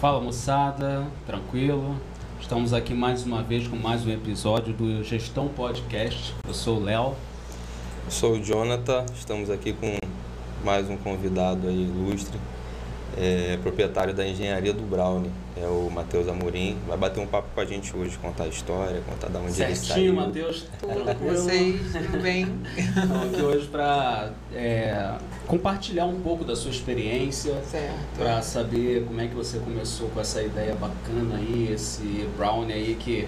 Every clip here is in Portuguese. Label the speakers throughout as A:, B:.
A: Fala moçada, tranquilo? Estamos aqui mais uma vez com mais um episódio do Gestão Podcast. Eu sou o Léo.
B: Eu sou o Jonathan, estamos aqui com mais um convidado aí ilustre, é, proprietário da engenharia do Brownie, é o Matheus Amorim. Vai bater um papo com a gente hoje, contar a história, contar da onde
A: Certinho,
B: ele saiu.
A: Matheus.
C: Tudo com
A: Tranquilo.
C: vocês, tudo bem?
A: Estamos aqui hoje para compartilhar um pouco da sua experiência,
C: Certo.
A: para saber como é que você começou com essa ideia bacana aí, esse brownie aí que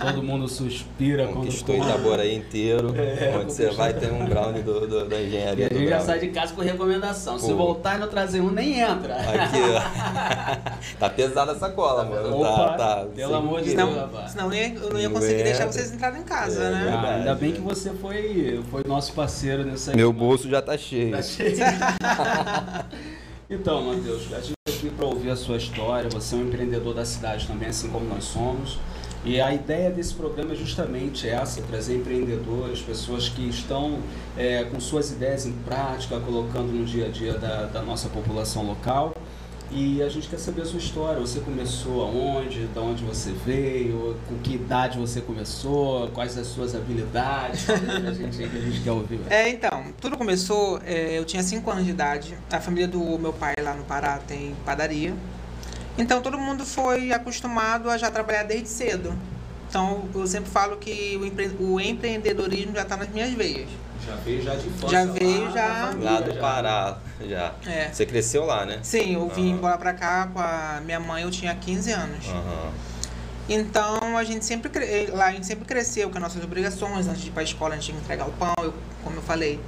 A: todo mundo suspira quando
B: Conquistou
A: come.
B: Itaboraí inteiro, onde você vai ter um Brownie do, do- da
A: É, E
B: engenharia
A: a
B: do
A: gente já
B: Brownie.
A: sai de casa com recomendação. Se
B: Pô.
A: voltar e não trazer um, nem entra.
B: Aqui, ó. tá pesada essa cola, mano.
A: Opa,
B: tá, tá.
A: pelo amor de Deus.
B: Não,
C: Senão, senão eu ia- eu não ia conseguir
B: É.
C: deixar vocês entrarem em casa,
B: É,
C: né?
A: Ah, ainda
B: Verdade,
A: bem
B: né?
A: que você foi, foi nosso parceiro nessa
B: Meu bolso já tá cheio.
A: Tá cheio. então, Matheus, a gente veio aqui para ouvir a sua história. Você é um empreendedor da cidade também, assim como nós somos. E a ideia desse programa é justamente essa: trazer empreendedores, pessoas que estão eh, com suas ideias em prática, colocando no dia a dia da, da nossa população local. E a gente quer saber a sua história. Você começou aonde? Da onde você veio? Com que idade você começou? Quais as suas habilidades? Fala pra gente aí que a gente quer ouvir.
C: É, então, tudo começou, é, eu tinha 5 anos de idade. A família do meu pai lá no Pará tem padaria. Então todo mundo foi acostumado a já trabalhar desde cedo. Então eu sempre falo que o, empre- o empreendedorismo já está nas minhas veias.
A: Já veio já de infância.
C: Já
A: lá
C: veio,
A: da
C: já-
A: família,
B: Lá do
A: já.
B: Pará, já.
C: É.
B: Você cresceu lá, né?
C: Sim, eu vim
B: Aham.
C: embora pra cá com a minha mãe, eu tinha 15 anos.
B: Aham.
C: Então a gente sempre cre- lá a gente sempre cresceu com as nossas obrigações antes de ir para a escola, antes de entregar o pão, eu- como eu falei.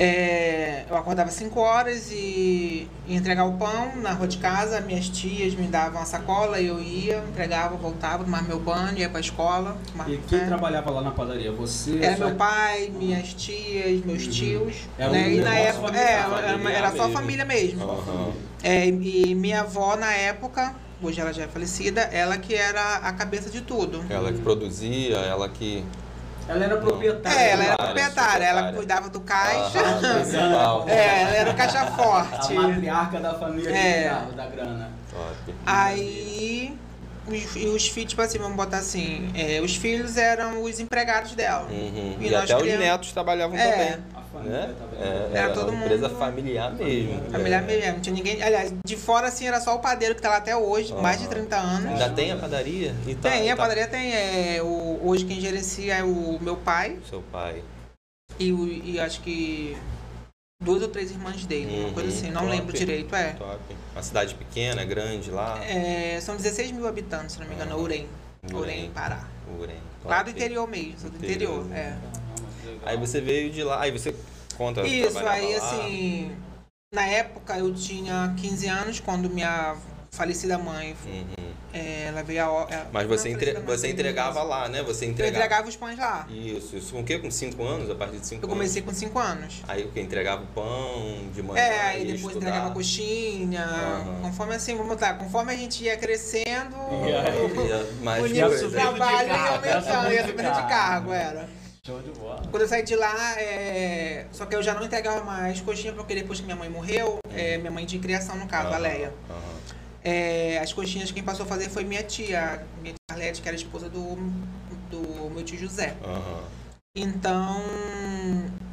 C: É, eu acordava 5 horas e ia entregar o pão na rua de casa, minhas tias me davam a sacola, eu ia, entregava, voltava, tomava meu banho, ia para a escola. tomava
A: E quem
C: café.
A: trabalhava lá na padaria? Você?
C: Era
A: sua-
C: meu pai, minhas tias, meus
A: Uhum.
C: tios.
A: Era um
C: né? E na
A: negócio
C: época
A: familiar,
C: é, era, uma- era só
A: familiar
C: família mesmo.
B: Aham.
C: É, e minha avó na época, hoje ela já é falecida, ela que era a cabeça de tudo.
B: Ela que produzia, ela que.
A: Ela era proprietária. né?
C: É, ela
B: Secretária,
C: era proprietária, ela
B: secretária.
C: cuidava do
B: Aham,
C: caixa.
B: principal.
C: É, ela era o caixa
A: A
C: forte.
A: matriarca da família
C: É.
A: que cuidava da grana.
B: Top.
C: Aí os, e os filhos, tipo assim, vamos botar assim, é, os filhos eram os empregados dela.
B: Uhum.
C: E
B: E,
C: nós
B: até os
C: criamos-
B: netos trabalhavam
C: É.
B: também.
A: A família
B: Né?
A: também.
B: É,
C: Era todo
B: uma empresa
C: mundo-
B: familiar mesmo.
C: A mulher
B: É.
C: mesmo, não tinha ninguém. Aliás, de fora assim era só o padeiro que tá lá até hoje,
B: Aham.
C: mais de 30 anos.
B: Ainda tem a padaria? E tá-
C: Tem,
B: e
C: a
B: tá-
C: padaria tem. é, o- hoje quem gerencia é o meu pai
B: Seu pai.
C: e, o- e acho que duas ou três irmãs dele, uma coisa
B: Uhum,
C: assim, não
B: top.
C: lembro direito, é.
B: Top. Uma cidade pequena, grande lá.
C: É, São 16 mil habitantes, se não me engano,
B: Aham.
C: Ourém. Ourém,
B: Urem.
C: Pará.
B: Urem. Top.
C: Lá do interior mesmo, sou do
B: Interior,
C: interior,
B: né?
C: é.
B: Aí você veio de lá, aí você conta.
C: Isso,
B: Então, trabalhava
C: aí
B: lá.
C: assim, na época eu tinha 15 anos, quando minha falecida mãe,
B: Uhum.
C: eh, ela veio a... ó- ela-
B: Mas você,
C: não,
B: entre-
C: falecida mãe,
B: você entregava lá, né? Você
C: Eu
B: entregava.
C: entregava os pães lá.
B: Isso, isso. Com o quê? Com 5 anos? A partir de 5
C: Eu
B: anos?
C: comecei com 5 anos.
B: Aí o que? Entregava o pão de manhã.
C: É, aí
B: ia
C: depois
B: estudar.
C: entregava coxinha,
B: Aham.
C: conforme assim, vamos botar, conforme a gente ia crescendo,
B: Ia mais
C: o
A: ia
C: nível
B: coisa.
C: de
A: subindo de
C: trabalho ia
A: cargo, ia
C: aumentando, ia
A: subindo de
C: subindo de
A: cargo.
C: cargo, era.
A: Show de bola.
C: Quando eu saí de lá, é, só que eu já não entregava mais coxinha, porque depois que minha mãe morreu, é, minha mãe de criação, no caso, a
B: Aham,
C: Leia,
B: aham.
C: é, as coxinhas quem passou a fazer foi minha tia, minha tia Arlete, que era esposa do, do meu tio José.
B: Aham.
C: Então,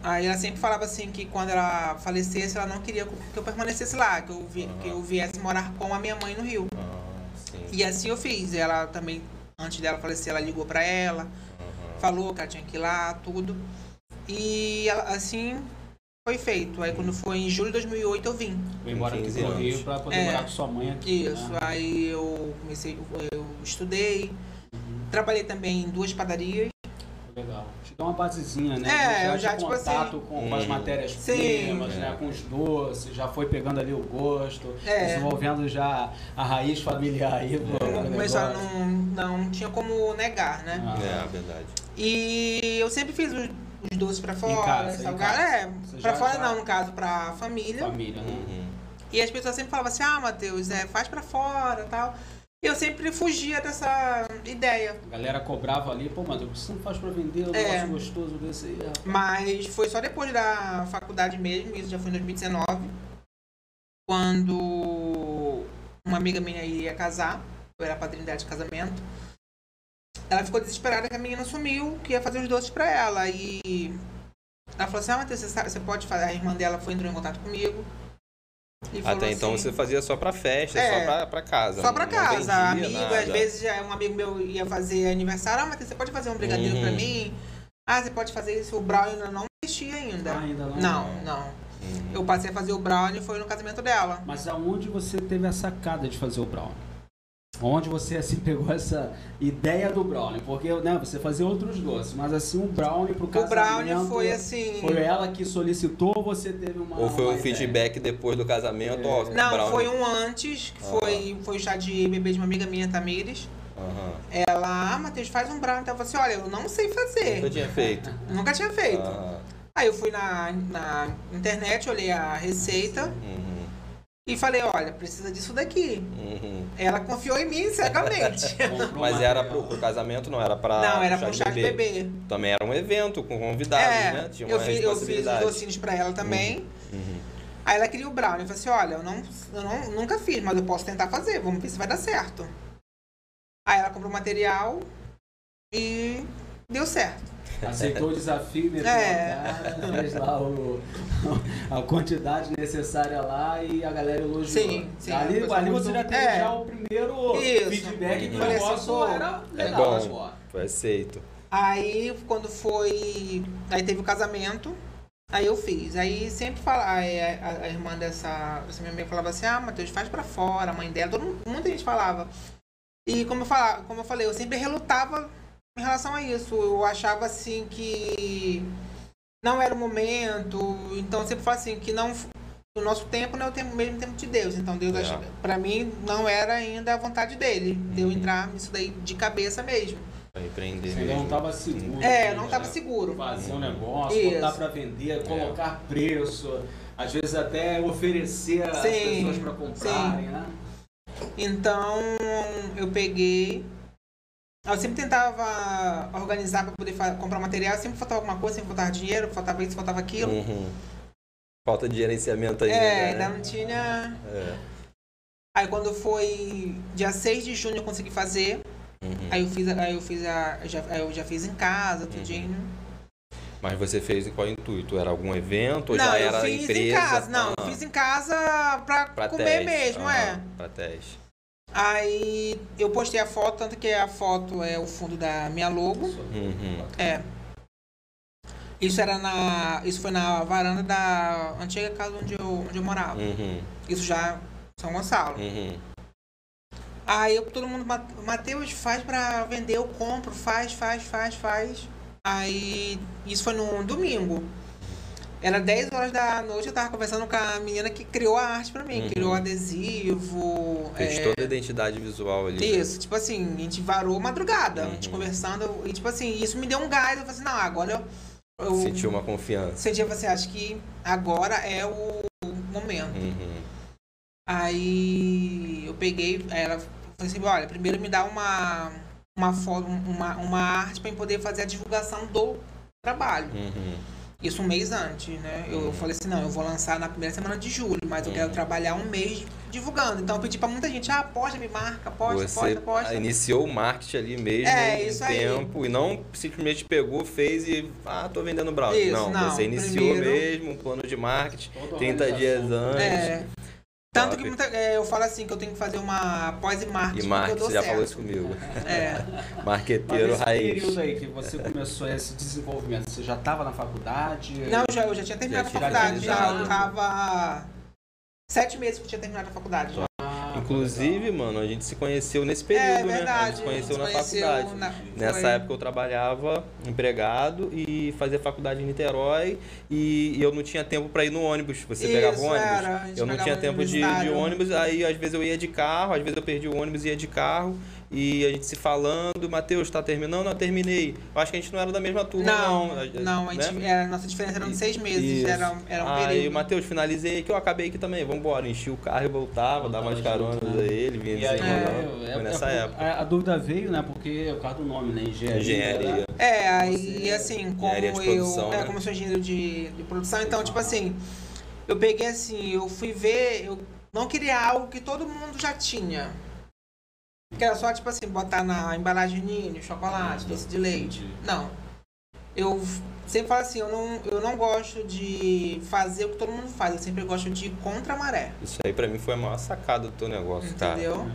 C: aí ela sempre falava assim que quando ela falecesse, ela não queria que eu permanecesse lá, que eu, vi, que eu viesse morar com a minha mãe no Rio.
B: Ah, sim.
C: E assim eu fiz. Ela também, antes dela falecer, ela ligou pra ela, falou que ela tinha que ir lá, tudo. E ela- assim foi feito. Aí quando foi em julho de 2008 eu vim.
A: Foi embora aqui
B: 15
A: pro Rio
B: anos.
A: pra poder
C: É.
A: morar com sua mãe aqui.
C: Isso.
A: Né?
C: Aí eu comecei, eu estudei.
A: Uhum.
C: Trabalhei também em duas padarias.
A: Legal. Te dá uma basezinha, né?
C: É, eu já,
A: de
C: tipo
A: contato com, com as
B: Hum. É.
A: matérias-primas,
B: Sim.
A: né? Com os doces, já foi pegando ali o gosto,
C: É.
A: desenvolvendo já a raiz familiar aí. pro-
B: É.
A: pro
C: Mas ela
A: negócio.
C: não, não tinha como negar, né?
A: um Ah.
B: É, verdade.
C: E eu sempre fiz os, os doces pra
A: Em
C: fora,
A: casa, em
C: salgado.
A: casa.
C: É,
A: Você
C: pra
A: já-
C: fora
A: já-
C: não, no caso, pra família.
A: Família, né?
B: Uhum.
C: E as pessoas sempre falavam assim, ah, Matheus, é, faz pra fora tal. E eu sempre fugia dessa ideia.
A: A galera cobrava ali, pô, mano, você não faz pra vender um
C: É.
A: negócio gostoso desse aí. ó.
C: Mas foi só depois da faculdade mesmo, isso já foi em 2019, quando uma amiga minha ia casar, eu era padrinho dela de casamento. Ela ficou desesperada que a menina sumiu, que ia fazer os doces pra ela. E ela falou assim: Ah, Matheus, você, sabe- você pode fazer? A irmã dela foi entrou em contato comigo. e falou
B: Até então
C: assim,
B: você fazia só pra festa,
C: É.
B: só pra, pra casa.
C: Só pra
B: não
C: casa.
B: vendia
C: Amigo,
B: nada.
C: às vezes já um amigo meu ia fazer aniversário. Ah, Matheus, você pode fazer um brigadeiro
B: Uhum.
C: pra mim? Ah, você pode fazer isso. O brownie ainda não existia ainda.
A: Ah, ainda não.
C: É Não, não.
B: Uhum.
C: Eu passei a fazer o brownie foi no casamento dela.
A: Mas aonde você teve a sacada de fazer o brownie? Onde você assim pegou essa ideia do brownie? Porque né, você fazia outros doces, mas assim um brownie pro
C: O
A: casamento.
C: brownie foi assim.
A: Foi ela que solicitou ou você teve uma
B: Ou foi
A: uma
B: um
A: ideia?
B: feedback depois do casamento, ó.
C: é. Não,
B: brownie.
C: foi um antes, que
B: Ah,
C: foi,
B: tá.
C: foi o chá de bebê de uma amiga minha, Tamires.
B: Aham.
C: Ela, ah, Matheus, faz um brownie. Então eu falei assim, olha, eu não sei
B: Nunca
C: fazer.
B: tinha feito.
C: Nunca tinha É. feito.
B: Aham.
C: Aí eu fui na, na internet, olhei a receita
B: Uhum.
C: e falei, olha, precisa disso daqui.
B: Uhum.
C: Ela confiou em mim cegamente.
A: Comprou
B: Mas era
A: material.
B: pro, pro casamento, não era pra.
C: não, era
B: pro
C: com chá de bebê.
B: Também era um evento com convidados, né?
C: É,
B: Tinha uma
C: eu, fiz, eu fiz os
B: responsabilidade.
C: docinhos pra ela também.
B: Uhum.
C: Aí ela queria o brownie. Eu falei assim, olha, eu, não, eu não- nunca fiz, mas eu posso tentar fazer. Vamos ver se vai dar certo. Aí ela comprou o material e deu certo.
A: Aceitou o desafio, meteu
C: É.
A: a cara, fez lá o- a quantidade necessária lá e a galera elogiou.
C: Sim, sim,
A: ali
C: o pessoal
A: ali você já
C: gostou.
A: teve
C: É.
A: já o primeiro
C: Isso.
A: feedback que o
B: Falei
C: assim,
A: negócio
C: pô,
A: era
C: é
A: legal.
B: bom.
A: ó.
B: Foi aceito.
C: Aí quando foi. Aí teve o casamento. Aí eu fiz. Aí sempre fala, aí a, a- a irmã dessa, dessa minha amiga falava assim, ah, Matheus, faz pra fora, a mãe dela, todo mundo- muita gente falava. E como eu, falava, como eu falei, eu sempre relutava em relação a isso. Eu achava assim que não era o momento. Então eu sempre falo assim, que não. O nosso tempo não é o tempo- mesmo tempo de Deus. Então Deus,
B: É.
C: ach- pra mim, não era ainda a vontade dele. De eu entrar nisso daí de cabeça mesmo.
B: Pra empreender
A: Você ainda
B: mesmo.
A: não estava seguro.
C: É, eu não
A: né?
C: tava seguro.
A: Fazer um negócio,
C: Isso.
A: botar para
B: É.
A: vender, colocar preço, às vezes até oferecer às
C: Sim,
A: pessoas para comprarem, né?
C: Então eu peguei. Eu sempre tentava organizar para poder fa- comprar material, sempre faltava alguma coisa, sempre faltava dinheiro, faltava isso, faltava aquilo.
B: Uhum. Falta de gerenciamento ainda.
C: é,
B: né?
C: ainda não tinha.
B: É.
C: Aí quando foi dia 6 de junho eu consegui fazer.
B: Uhum.
C: Aí eu fiz, a- aí eu fiz a. eu Já, aí eu já fiz em casa, tudinho.
B: Mas você fez em qual intuito? Era algum evento ou
C: não,
B: já
C: eu
B: era
C: fiz
B: empresa?
C: em casa. Não,
B: Ah,
C: eu fiz em casa pra,
B: pra
C: comer
B: teste.
C: mesmo,
B: Ah,
C: é.
B: Pra teste.
C: Aí eu postei a foto, tanto que a foto é o fundo da minha logo.
B: Uhum.
C: É. Isso era na. Isso foi na varanda da antiga casa onde eu, onde eu morava.
B: Uhum.
C: Isso já em São Gonçalo.
B: Uhum.
C: Aí eu, todo mundo, "Ma- Matheus, faz pra vender, eu compro, faz, faz, faz, faz. Aí isso foi num domingo. Era 10 horas da noite, eu tava conversando com a menina que criou a arte pra mim,
B: Uhum.
C: criou adesivo. é,
B: Fez toda a identidade visual ali. né?
C: Isso, tipo assim, a gente varou madrugada, a gente
B: Uhum.
C: conversando, e tipo assim, isso me deu um gás, eu falei assim, não, agora eu, eu
B: Sentiu uma confiança.
C: Esse dia você acha tipo assim, que agora é o momento.
B: Uhum.
C: Aí eu peguei, aí ela falou assim, olha, primeiro me dá uma, uma foto, uma, uma arte para poder fazer a divulgação do trabalho.
B: Uhum.
C: Isso um mês antes, né? Eu, eu falei assim, não, eu vou lançar na primeira semana de julho, mas eu quero trabalhar um mês divulgando. Então eu pedi para muita gente, ah, posta, me marca, posta,
B: Você
C: posta, posta.
B: iniciou o marketing ali mesmo
C: É,
B: em
C: isso aí.
B: tempo e não simplesmente pegou, fez e ah, tô vendendo brownie.
C: Isso,
B: não,
C: não.
B: você iniciou
C: Primeiro-
B: mesmo um plano de marketing
A: Toda
B: 30 dias
A: organização.
B: antes.
C: É. Tanto
B: Top.
C: que muita, é, eu falo assim que eu tenho que fazer uma
B: E
C: pós-marketing, porque eu
B: marketing,
C: dou
B: você já
C: certo.
B: falou isso comigo.
C: É.
A: Mas
B: Marqueteiro
A: nesse
B: raiz.
A: período aí que você começou esse desenvolvimento, você já estava na faculdade?
C: Não, eu já, eu já tinha
B: Já
C: terminado a
B: tinha
C: faculdade. Já
B: finalizado.
C: eu tava. Sete meses que eu tinha terminado a faculdade. já.
A: Ah,
B: Inclusive, mano, a gente se conheceu nesse período,
C: é
B: né? A
C: verdade.
B: gente se conheceu
C: se
B: na
C: conheceu
B: faculdade.
C: na-
B: Nessa
C: foi-
B: época eu trabalhava empregado e fazia faculdade em Niterói e, e eu não tinha tempo para ir no ônibus. Você
C: Isso,
B: pegava o ônibus.
C: era, a gente
B: eu não tinha
C: pegava o
B: tempo de, de
C: universitário.
B: ônibus, aí às vezes eu ia de carro, às vezes eu perdi o ônibus e ia de carro. E a gente se falando, Matheus, tá terminando? Eu terminei. Eu acho que a gente não era da mesma turma, não.
C: Não, não, a gente,
B: né?
C: era- nossa diferença era de seis meses.
B: Isso. Ah,
C: Era, era um
B: Aí,
C: período.
B: Matheus, finalizei aqui, eu acabei aqui também. Vambora, enchi o carro e voltava, dava umas
A: Voltava
B: caronas
A: junto,
B: a
A: né?
B: ele, vinha
A: E aí,
B: desenrolando.
A: é-
B: Foi
A: é-
B: nessa
A: é-
B: época.
A: A, a dúvida veio, né? Porque é por causa do nome, né? Engenharia.
B: Engenharia.
A: né?
C: É, aí assim, como
B: Engenharia de produção,
C: eu. É,
B: né?
C: como eu sou engenheiro de, de produção, então, tipo assim, eu peguei assim, eu fui ver, eu não queria algo que todo mundo já tinha. Que era só, tipo assim, botar na embalagem ninho, chocolate, doce de leite. Não. Eu sempre falo assim, eu não, eu não gosto de fazer o que todo mundo faz. Eu sempre gosto de ir contra a maré.
B: Isso aí pra mim foi a maior sacada do teu negócio,
C: Entendeu?
B: cara.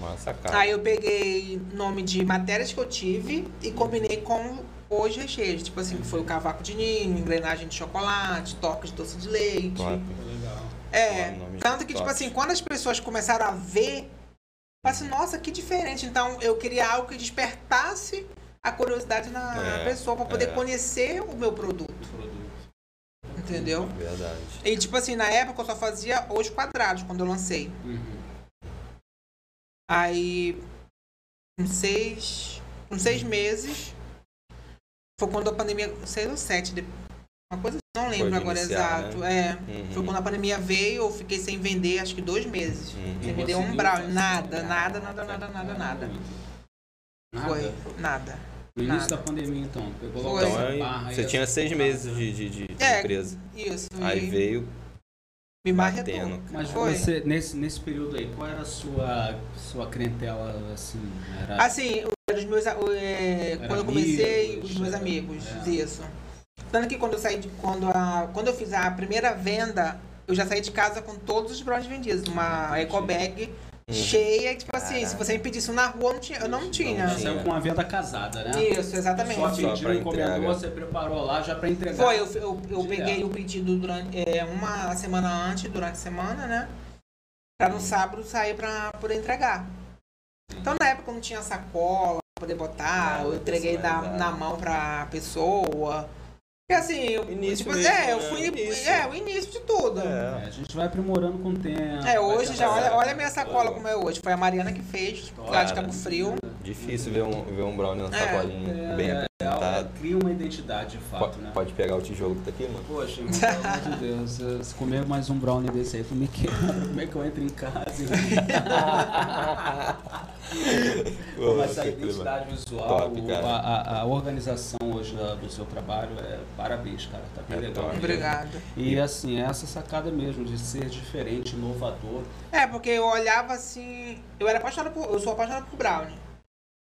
B: Maior sacada.
C: Aí eu peguei nome de matérias que eu tive e combinei com os recheios. Tipo assim, que foi o cavaco de ninho, engrenagem de chocolate, toque de doce de leite.
B: Top.
A: Legal.
C: É.
B: Nome de
C: Tanto que, tipo
B: toque.
C: assim, quando as pessoas começaram a ver, falaram assim, nossa, que diferente. Então eu queria algo que despertasse a curiosidade na
B: É,
C: pessoa pra poder
B: é.
C: conhecer o meu produto.
A: O produto.
C: Entendeu?
B: Verdade.
C: E tipo assim, na época eu só fazia os quadrados quando eu lancei.
A: Uhum.
C: Aí, uns seis, uns seis meses, foi quando a pandemia, seis ou sete, de- uma coisa assim, não lembro
B: Pode
C: agora
B: iniciar,
C: exato. É,
B: Uhum.
C: foi quando a pandemia veio, eu fiquei sem vender, acho que dois meses.
B: Uhum.
C: Você me deu um brownie, nada, nada, nada, nada, nada, nada.
A: Nada?
C: Foi, nada.
A: No início
C: nada.
A: da pandemia, então. Pegou logo
C: Foi.
A: essa
B: Então aí,
A: barra aí,
B: você
A: essa
B: tinha seis
A: barra.
B: meses de, de- de- de
C: É,
B: empresa.
C: Isso,
B: Aí
C: e
B: veio
C: me
B: batendo.
C: marretou.
A: assim. Mas
C: Foi.
A: você, nesse, nesse período aí, qual era a sua, sua clientela, assim? Era...
C: Assim, os meus, o- é,
A: Era
C: quando eu comecei,
A: amigos,
C: os meus
A: é,
C: amigos,
A: é.
C: isso. Tanto que quando eu saí de, quando, a, quando eu fiz a primeira venda, eu já saí de casa com todos os brownies vendidos. Uma eco bag
B: Hum.
C: cheia, tipo assim, se
A: Uhum. Caraca.
C: você me pedisse um na rua, eu não tinha. Eu não tinha.
A: Então, Você saiu com uma venda casada, né?
C: Isso, exatamente.
A: Só
B: Só
A: pediu,
B: pra
A: encomendou,
B: entrega.
A: você preparou lá já pra entregar.
C: Foi, eu, eu, eu
A: Direto.
C: peguei o pedido durante é, uma semana antes, durante a semana, né? Pra no sábado sair pra poder entregar. Então na época não tinha sacola pra poder botar,
B: Nada
C: eu entreguei na,
B: personalizado.
C: na mão pra pessoa. E assim, eu,
B: Início
C: tipo,
B: mesmo,
C: é, eu
B: né?
C: fui.
B: Início.
C: É, o início de tudo. É,
A: É, a gente vai aprimorando com o tempo.
C: hoje
A: vai
C: já, olha,
A: trabalhando.
C: olha a minha sacola como é hoje. Foi a Mariana que fez, lá de
B: Cara.
C: Cabo Frio.
B: Difícil ver um, ver um brownie na
C: É.
B: sacolinha, bem
A: é,
B: apresentado.
A: Cria uma identidade, de fato,
B: pode,
A: né?
B: pode pegar o tijolo que tá aqui, mano?
A: Poxa, irmão, pelo amor de Deus, eu- se comer mais um brownie desse aí, como é que, como é que eu entro em casa?
B: Pô,
A: Mas essa
B: que clima.
A: identidade visual,
B: Top,
A: o-
B: cara.
A: a, a- a organização hoje da- do seu trabalho, é parabéns, cara, tá bem
B: É
A: legal.
B: top.
A: mesmo.
C: Obrigada.
A: E assim, é essa sacada mesmo, de ser diferente, inovador.
C: É, porque eu olhava assim. Eu era apaixonada por. Eu sou apaixonada por Brownie.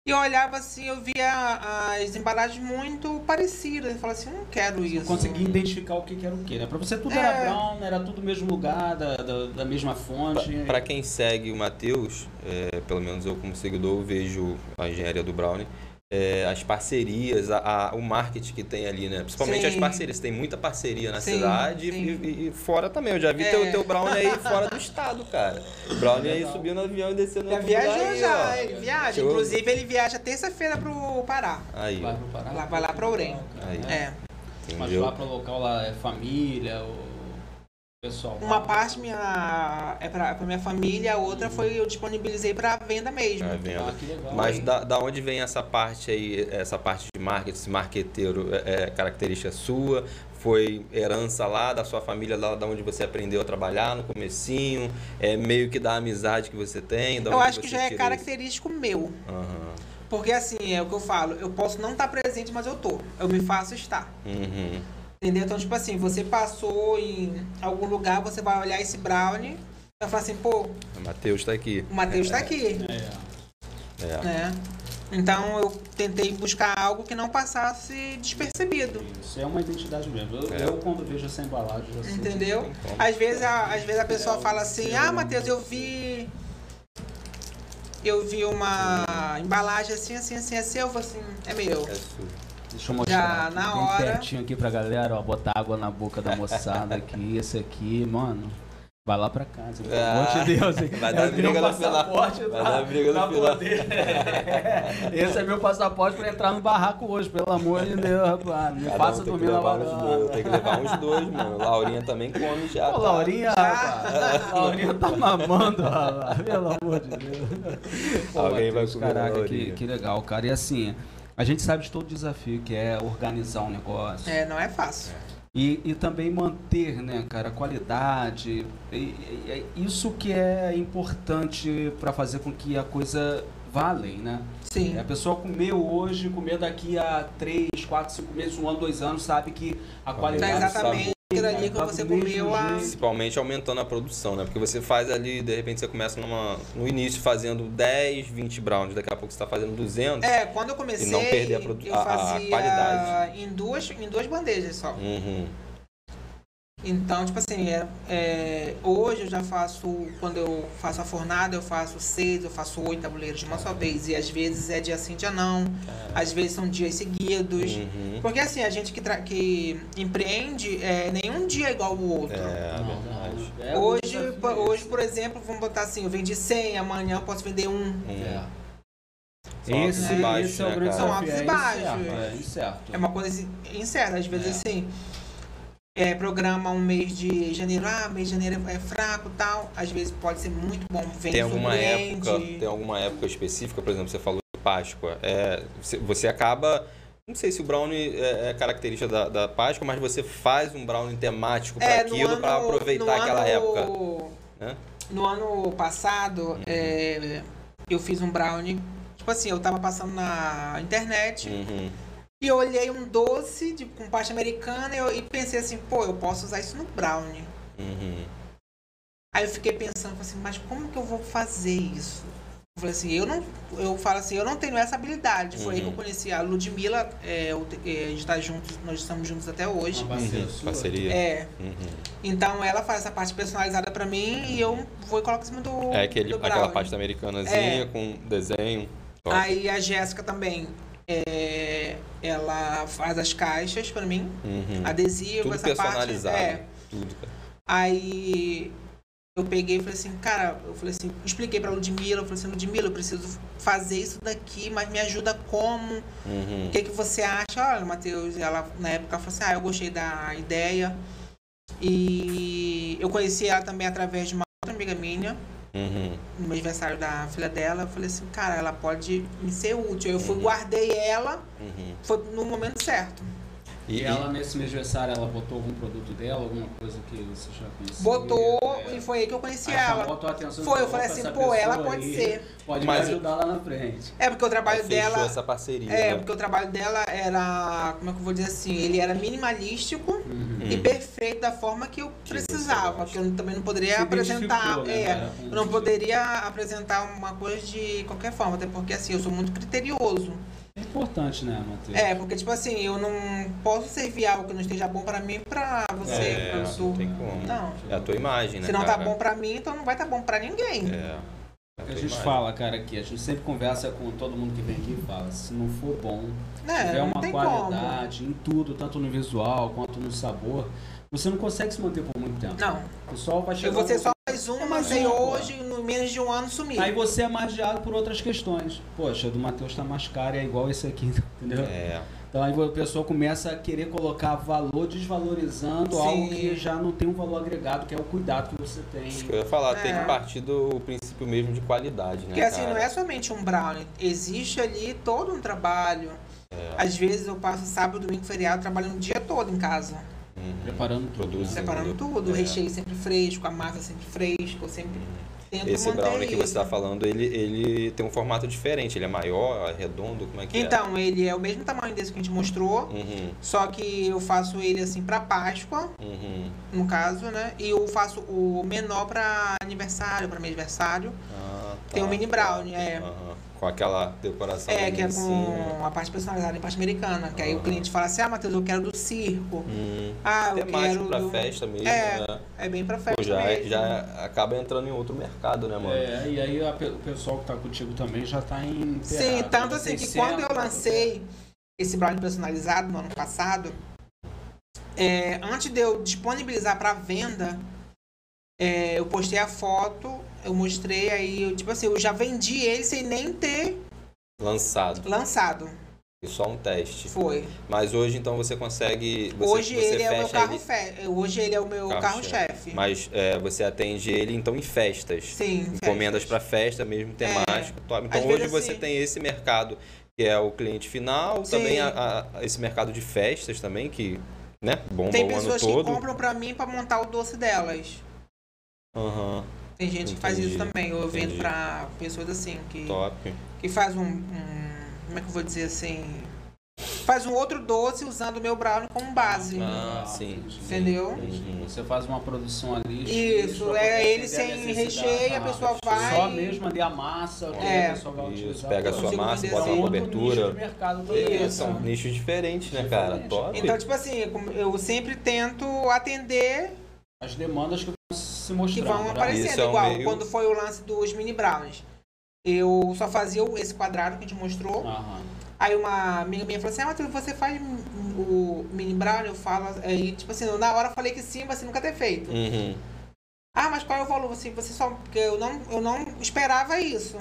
C: E eu olhava assim, eu via as embalagens muito parecidas. Eu falava assim, eu não quero isso.
A: Consegui identificar o que que era o que, né? Pra você tudo
C: É.
A: era brown, era tudo do mesmo lugar, da, da, da mesma fonte.
B: Para quem segue o Matheus, é, pelo menos eu como seguidor vejo a engenharia do Brownie, é, as parcerias, a- a- o marketing que tem ali, né? Principalmente
C: Sim.
B: as parcerias, tem muita parceria na
C: Sim,
B: cidade
C: sim.
B: E, e- e fora também. Eu já vi
C: É.
B: teu, teu Brownie aí fora do estado, cara. Brownie aí
A: Legal.
B: subiu no avião e desceu no
C: Já
B: outro
C: viajou
B: lugar aí, ó.
C: já, ele viaja.
B: Show.
C: Inclusive, ele viaja terça-feira pro Pará.
B: Aí,
A: Vai pro Pará.
C: Lá- vai lá pra Orem.
B: Aí.
A: É.
C: É.
A: Mas
B: entendeu?
A: lá pro local lá é família, o pessoal. lá.
C: Uma parte minha, é pra, pra minha família, a outra foi eu disponibilizei pra venda mesmo.
B: Tá vendo?
A: Ah, que legal.
B: Mas
A: hein?
B: da, da onde vem essa parte aí, essa parte de marketing, esse marqueteiro, é, é característica sua? Foi herança lá da sua família, lá da onde você aprendeu a trabalhar no comecinho? É meio que da amizade que você tem? da
C: Eu
B: onde
C: acho que
B: você
C: já é
B: tira
C: característico meu.
B: isso? Aham.
C: Porque assim, é o que eu falo, eu posso não estar presente, mas eu tô. Eu me faço estar.
B: Uhum.
C: Entendeu? Então, tipo assim, você passou em algum lugar, você vai olhar esse brownie e vai falar assim, pô,
B: O Matheus está aqui.
C: o Matheus tá aqui,
A: É.
B: É.
C: né? Então eu tentei buscar algo que não passasse despercebido,
A: Isso é uma identidade mesmo. Eu,
B: É.
A: eu, quando vejo essa embalagem, já sei que-
C: entendeu?
B: Tem como.
C: Às vezes a, às vezes a pessoa fala assim, ah, Matheus, eu vi... Eu vi uma embalagem assim, assim, assim, assim, eu vou assim, é meu.
B: É sua.
A: Deixa eu mostrar.
C: Já,
A: aqui,
C: na
A: bem
C: hora.
A: pertinho aqui pra galera, ó. Botar água na boca da moçada aqui, esse aqui, mano. Vai lá pra casa, pelo
B: Ah,
A: amor de Deus. hein?
B: vai dar
A: Eu tenho
B: briga
A: um
B: no final.
A: passaporte
B: Vai
A: na-
B: dar briga no
A: na
B: final.
A: bandeira. Esse é meu passaporte pra entrar no barraco hoje, pelo amor de Deus, rapaz. Não me
B: Cada
A: faça
B: um tem que
A: dormir na
B: levar uns dois.
A: varanda.
B: Tem que levar uns dois, mano. Laurinha também come já.
A: Ô,
B: tá?
A: Laurinha, rapaz. Laurinha tá mamando, rapaz. Pelo amor de Deus.
B: Alguém vai
A: Matheus,
B: comer a
A: Caraca, que,
B: Laurinha.
A: que legal, cara. E assim, a gente sabe de todo o desafio que é organizar um negócio.
C: É, não é fácil.
A: E, e também manter, né, cara, a qualidade. E- e- e isso que é importante para fazer com que a coisa vá além, né?
C: Sim. tá
A: A pessoa comeu
B: Tá
A: hoje, comer daqui a 3, 4, 5 meses, um ano, dois anos, sabe que a qualidade,
C: Tá, Exatamente. ali que você comeu a.
B: Principalmente aumentando a produção, né? Porque você faz ali, de repente você começa numa, no início fazendo 10, 20 brownies, daqui a pouco você está fazendo 200.
C: É, quando eu comecei,
B: E não perder a produ-
C: eu
B: a- a
C: fazia
B: qualidade.
C: em duas, em duas bandejas só.
B: Uhum.
C: Então, tipo assim, é- é, hoje eu já faço, quando eu faço a fornada, eu faço seis, eu faço oito tabuleiros de uma só vez. E às vezes é dia sim, dia não. Às vezes são dias seguidos.
B: Uhum.
C: Porque assim, a gente que, tra- que empreende, é, nenhum dia é igual ao outro.
B: É,
A: Não,
B: verdade.
A: não, é um
C: Hoje,
A: desafio
C: po-
A: esse.
C: hoje, por exemplo, vamos botar assim, eu vendi 100, amanhã eu posso vender um.
B: Hum.
A: É.
B: São altos
A: Esse,
B: e baixos,
A: esse é o
B: né,
A: grande
B: cara?
C: São altos e
A: desafio,
C: baixos.
A: É incerto.
C: É uma coisa assim, incerta, às vezes
A: É.
C: assim. é, programa um mês de janeiro, ah, mês de janeiro é fraco tal. Às vezes pode ser muito bom, vem
B: Tem alguma
C: surpreende.
B: época, tem alguma época específica, por exemplo, você falou de Páscoa. É, você, você acaba. Não sei se o brownie é, é característica da, da Páscoa, mas você faz um brownie temático para
C: É, no
B: aquilo, para
C: ano-
B: aproveitar
C: no
B: aquela
C: ano-
B: época. Hum. né?
C: No ano passado, é, eu fiz um brownie. Tipo assim, eu tava passando na internet
B: Uhum.
C: e eu olhei um doce de, com pasta americana e, eu- e pensei assim, pô, eu posso usar isso no brownie.
B: Uhum.
C: Aí eu fiquei pensando falei assim, mas como que eu vou fazer isso? Eu falei assim, eu não, eu falo assim, eu não tenho essa habilidade. Foi aí que eu
B: Uhum.
C: conheci a Ludmilla, é, eu te- é, a gente tá juntos, nós estamos juntos até hoje.
A: Uma parceira
B: Uhum.
A: sua?
B: Parceria.
C: É,
B: Uhum.
C: então ela faz essa parte personalizada pra mim e eu vou e coloco em cima do
B: É aquele,
C: do
B: aquela
C: brownie.
B: pasta americanazinha
C: É.
B: com desenho. Top.
C: Aí a Jéssica também, é, ela faz as caixas pra mim,
B: Uhum.
C: adesivo,
B: Tudo
C: essa
B: personalizado.
C: parte. É,
B: Tudo, cara.
C: Aí eu peguei e falei assim, cara, eu falei assim, expliquei pra Ludmilla, eu falei assim, Ludmilla, eu preciso fazer isso daqui, mas me ajuda como?
B: Uhum.
C: O que, que você acha? Olha, Matheus, ela na época falou assim, ah, eu gostei da ideia. E eu conheci ela também através de uma outra amiga minha,
B: Uhum.
C: no aniversário da filha dela, eu falei assim, cara, ela pode me ser útil. Eu fui, guardei ela,
B: Uhum.
C: foi no momento certo.
A: E ela, nesse mês de aniversário, ela botou algum produto dela, alguma coisa que você já conhecia?
C: Botou,
A: É.
C: e foi aí que eu conheci
A: Aí
C: ela.
A: chamou a tua atenção e
C: Foi, eu
A: falou,
C: falei
A: "Opa,
C: assim,
A: essa
C: pô, ela
A: pessoa
C: pode
A: aí
C: ser.
A: Pode
B: Mas-
A: me ajudar lá na frente.
C: É porque o trabalho
B: Aí fechou
C: dela.
B: essa parceria.
C: É,
B: né?
C: porque o trabalho dela era, como é que eu vou dizer assim, ele era minimalístico e
B: Uhum.
C: perfeito da forma que eu precisava, porque eu também não poderia
A: Se
C: apresentar,
A: identificou, né,
C: é,
A: cara, com
C: eu não
B: um
A: isso.
C: poderia apresentar uma coisa de qualquer forma, até porque assim, eu sou muito criterioso.
A: É importante, né, Matheus?
C: É, porque tipo assim, eu não posso servir algo que não esteja bom pra mim pra você,
B: É,
C: pra
B: não
C: você.
B: tem como.
C: Não.
B: É a tua imagem, né?
C: Se não tá
B: cara?
C: bom pra mim, então não vai tá bom pra ninguém.
B: É.
A: O que a gente fala, cara, aqui, a gente sempre conversa com todo mundo que vem aqui e fala, se não for bom,
C: Né?
A: tiver
C: não
A: uma
C: tem como.
A: qualidade em tudo, tanto no visual quanto no sabor, você não consegue se manter por muito tempo.
C: Não.
A: O pessoal vai
C: Eu
A: chegar...
C: vou ser
A: um-
C: só mais uma,
A: mais
C: mas aí
A: uma, pô.
C: hoje, no menos de um ano, sumir.
A: Aí você é margeado por outras questões. Poxa, o do Matheus tá mais caro e é igual esse aqui, entendeu?
B: É.
A: Então aí a pessoa começa a querer colocar valor desvalorizando
C: Sim.
A: algo que já não tem um valor agregado, que é o cuidado que você tem.
B: Isso que eu ia falar, tem
C: É.
B: que partir do princípio mesmo de qualidade, né?
C: Porque assim,
B: cara?
C: não é somente um brownie, existe ali todo um trabalho.
B: É.
C: Às vezes eu passo sábado, domingo, feriado trabalhando o dia todo em casa,
B: Uhum.
A: Preparando tudo.
B: Produz.
A: né?
C: separando
B: tudo.
C: tudo, o
B: É. Hum.
C: recheio sempre fresco, a massa sempre fresca, eu sempre tento
B: Esse
C: manter
B: brownie que
C: isso.
B: você tá falando, ele, ele tem um formato diferente. Ele é maior, é redondo, como é que
C: Então, ele é o mesmo tamanho desse que a gente mostrou,
B: é? Uhum,
C: só que eu faço ele assim pra Páscoa,
B: uhum.
C: no caso, né? E eu faço o menor pra aniversário, pra meu aniversário.
B: Ah, tá.
C: Tem um mini brownie, é.
B: Aham. Com aquela decoração
C: É, que é
B: em cima.
C: com a parte personalizada e parte americana. Que aí o
B: né? Aham.
C: cliente fala assim, ah, Matheus, eu quero do circo.
B: Hum.
C: Ah, eu
B: Temático
C: quero
B: pra
C: do...
B: festa mesmo,
C: É.
B: né?
C: É bem pra festa
B: Pô, já, é-
C: mesmo.
B: já acaba entrando em outro mercado, né, mano?
A: É, e aí a pe- o pessoal que tá contigo também já tá em.
C: Sim, tanto assim que quando eu
A: né?
C: lancei esse brownie personalizado no ano passado, é, antes de eu disponibilizar pra venda, é, eu postei a foto, eu mostrei, aí eu, tipo assim, eu já vendi ele sem nem ter
B: Lançado.
C: lançado.
B: E só um teste.
C: Foi.
B: Mas hoje, então, você consegue... Você,
C: hoje
B: você
C: ele é o meu
B: fecha
C: carro
B: ele-
C: fe... Hoje ele é o meu carro-chefe.
B: Mas é, você atende ele então em festas.
C: Sim.
B: Encomendas
C: festas. É.
B: para festa mesmo, temático. top. Então
C: Às
B: hoje
C: vezes,
B: você
C: assim-
B: tem esse mercado que é o cliente final,
C: Sim.
B: também a- a- esse mercado de festas também que, né, bomba
C: Tem
B: o ano
C: pessoas que
B: todo.
C: compram pra mim pra montar o doce delas.
B: Aham,
C: Tem gente que faz
B: Entendi,
C: isso também. Eu vendo
B: entendi.
C: pra pessoas assim que,
B: top.
C: que faz um, um- Como é que eu vou dizer assim? faz um outro doce usando o meu brownie como base.
B: Ah, sim.
C: Entendeu?
A: Entendi. Você faz uma produção ali. X,
C: Isso,
A: pra
C: é
A: poder atender
C: ele
A: a
C: sem
A: necessidade.
C: recheio, a
B: Ah,
C: pessoa vai.
A: Só mesmo ali a massa, o que
C: É.
A: a pessoa vai
B: Isso,
A: utilizar.
B: pega a
A: Pô,
B: sua
C: consigo
B: massa,
C: vender
A: é um
B: bota
C: assim.
B: uma
A: outro nicho de
B: cobertura.
A: mercado também.
B: É,
C: Isso.
B: são nichos diferentes, né, cara?
A: Diferente.
B: Top.
C: né, Então, tipo assim, como eu sempre tento atender
A: As demandas que vão se
C: que
A: mostrando.
C: vão
A: né?
C: aparecendo.
B: Isso é um
C: Igual
B: meio-
C: quando foi o lance dos mini brownies. Eu só fazia o- esse quadrado que a gente mostrou.
A: Aham.
C: Aí uma amiga minha falou assim, ah, Matheus, você faz o mini brownie? Eu falo, aí, tipo assim, eu na hora falei que sim, você nunca ter feito.
B: Uhum.
C: Ah, mas qual é o valor? Você, você só. Porque eu não, eu não esperava isso.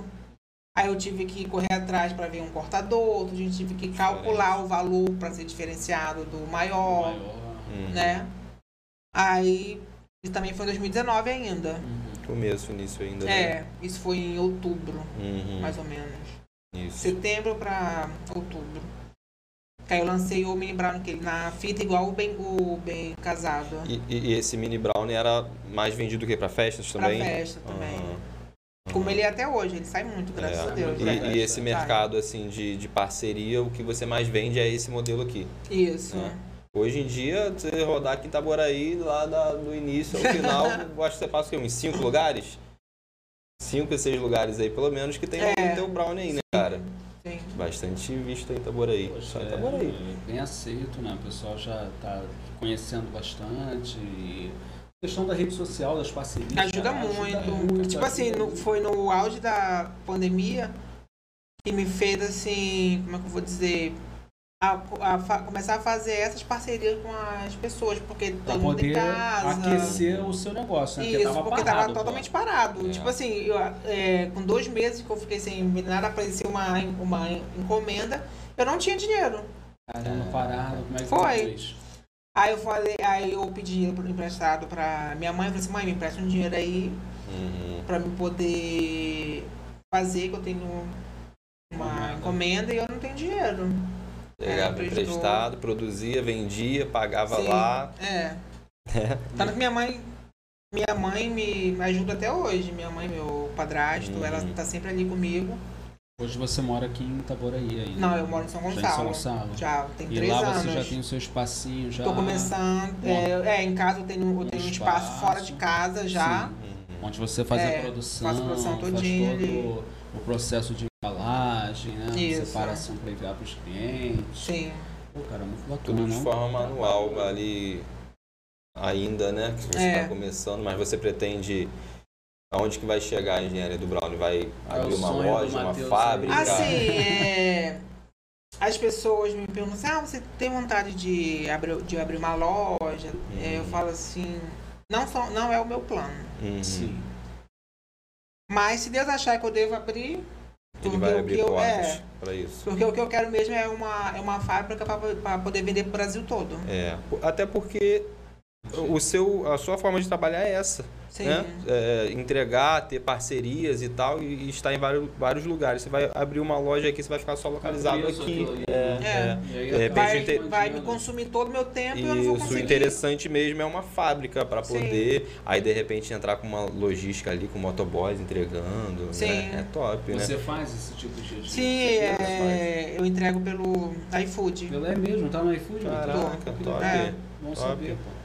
C: Aí eu tive que correr atrás para ver um cortador, a gente tive que calcular o valor para ser diferenciado do maior,
A: Maior.
B: uhum.
C: né? Aí. Isso também foi em 2019 ainda.
A: Uhum.
B: Começo nisso ainda. Né?
C: É, isso foi em outubro,
B: Uhum.
C: mais ou menos.
B: Isso.
C: setembro pra outubro. Que aí eu lancei o Mini Brown que ele na fita igual o bem, o bem casado.
B: E, e- e esse mini brownie era mais vendido que para festas
C: Pra
B: também?
C: festa também.
B: Aham.
C: Como ele é até hoje, ele sai muito, graças
B: É.
C: a Deus.
B: E,
C: né?
B: e esse
C: Sai.
B: mercado assim de, de parceria, o que você mais vende é esse modelo aqui.
C: Isso.
B: É. Hoje em dia, você rodar aqui em Itaboraí, lá da- do início ao final, eu acho que você passa o quê? Uns cinco lugares? Cinco ou seis lugares aí, pelo menos, que tem
C: É.
B: o teu brownie aí, né, cara?
C: Sim.
B: Bastante visto aí em Itaboraí. Só em Itaboraí.
A: É, bem aceito, né? O pessoal já tá conhecendo bastante. E a questão da rede social, das parcerias.
C: Ajuda
A: cara,
C: muito.
A: ajuda muito,
C: Tipo assim,
A: ajuda
C: no-
A: muito.
C: foi no auge da pandemia que me fez assim, como é que eu vou dizer? A, a fa- começar a fazer essas parcerias com as pessoas, porque
A: Pra
C: todo mundo em
A: poder
C: casa.
A: aquecer o seu negócio, né?
C: Isso,
A: tava
C: porque
A: parado,
C: tava
A: pô.
C: totalmente parado.
B: É.
C: Tipo assim, eu, é, com dois meses que eu fiquei sem nada, apareceu uma, uma encomenda, eu não tinha dinheiro.
A: Caramba, parado. Como é que
C: Foi.
A: fez?
C: Aí eu falei, aí eu pedi emprestado pra minha mãe, eu falei assim, mãe, me empresta um dinheiro aí
B: Uhum.
C: pra me poder fazer, que eu tenho uma encomenda e eu não tenho dinheiro. É,
B: Pegava
C: emprestou.
B: emprestado, produzia, vendia, pagava
C: Sim.
B: lá.
C: É. Tanto que minha mãe. Minha mãe me me ajuda até hoje. Minha mãe, meu padrasto,
B: Uhum.
C: ela tá sempre ali comigo.
A: Hoje você mora aqui em Itaboraí ainda.
C: Não, eu moro em São
A: Já em São
C: Gonçalo.
A: Gonçalo.
C: Já, tem
A: E
C: três
A: lá
C: anos.
A: você já tem o seu espacinho, já.
C: Tô começando. É, é, em casa eu tenho, eu tenho um espaço,
A: espaço.
C: fora de casa já.
A: Onde você faz
C: É,
A: a produção,
C: faço a produção
A: faz
C: todinha
A: todo o processo de embalagem, né?
C: Isso. é.
A: Separação para enviar para os clientes.
C: Sim.
A: Pô, cara, muito bacana, né?
B: Tudo de
A: não?
B: forma manual ali ainda, né? Que você
C: É.
B: está começando, mas você pretende. Aonde que vai chegar a engenharia do Brown? Vai abrir
A: É o
B: uma
A: sonho do
B: loja, uma
A: Matheus,
B: fábrica?
A: Obrigado.
C: Assim, é, as pessoas me perguntam assim, ah, você tem vontade de abrir, de abrir uma loja? É,
A: Uhum.
C: eu falo assim, não, só, não é o meu plano.
B: Uhum.
A: Sim.
C: Mas se Deus achar que eu devo abrir,
B: Ele
C: porque
B: vai
C: o que
B: abrir
C: eu,
B: portas
C: é,
B: para isso.
C: porque o que eu quero mesmo é uma, é uma fábrica para poder vender pro Brasil todo.
B: É. Até porque o seu, a sua forma de trabalhar é essa,
C: Sim.
B: né? É, entregar, ter parcerias e tal, e, e estar em vários, vários lugares. Você vai abrir uma loja aqui, você vai ficar só localizado
A: Isso,
B: aqui.
A: aquilo ali,
C: É.
A: né? E aí,
B: De repente
A: acaba
B: o
C: Vai,
B: inte-
A: expandindo.
C: vai me consumir todo o meu tempo e eu não
B: Isso,
C: vou
B: o
C: conseguir.
B: interessante mesmo é uma fábrica para
C: Sim.
B: poder, aí de repente entrar com uma logística ali, com motoboys entregando,
C: Sim.
B: né? É top, né?
A: Você faz esse tipo de... de-
C: Sim, é, eu entrego pelo iFood.
A: Ela é mesmo, tá no iFood? mano?
B: Caraca,
A: Pô,
B: top.
C: É.
A: Bom
B: Top.
A: saber, pô.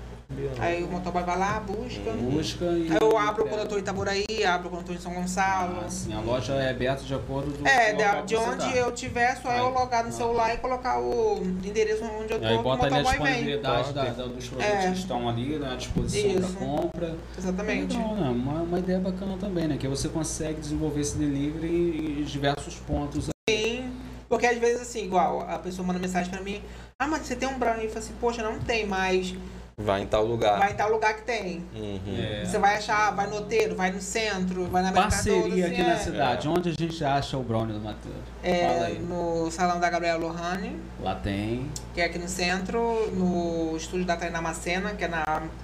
C: Aí o motoboy vai lá, busca.
A: Busca e...
C: Aí eu abro quando eu tô em Itaboraí, abro quando eu tô em São Gonçalo.
A: Ah, sim, a loja é aberta de acordo do
C: é,
A: local
C: da-
A: que
C: de
A: você
C: onde
A: tá.
C: eu tiver, é só
A: Aí.
C: eu logar no
A: Ah.
C: celular e colocar o endereço onde eu
A: E
C: tô, que
A: aí
C: o
A: bota ali a
C: motoboy vem.
A: disponibilidade
B: Top.
A: da, da- dos produtos
C: É.
A: que estão ali, né, à disposição
C: Isso.
A: da compra.
C: Exatamente.
A: Legal, né? Uma, uma ideia bacana também, né? Que você consegue desenvolver esse delivery em em diversos pontos.
C: Sim. Porque às vezes, assim, igual, a pessoa manda mensagem pra mim, ah, mas você tem um brownie? Eu falo assim, poxa, não tem, mas
B: Vai em tal lugar.
C: vai em tal lugar que tem.
B: Uhum.
A: É.
C: Você vai achar, vai no Oteiro, vai no centro, vai na Mercadona,
A: Parceria
C: assim,
A: aqui
C: é.
A: na cidade. Onde a gente acha o brownie do Matheus? Fala
C: É,
A: aí.
C: no salão da Gabriela Lohane,
A: Lá tem.
C: que é aqui no centro, no estúdio da Tainá Macena, que é na,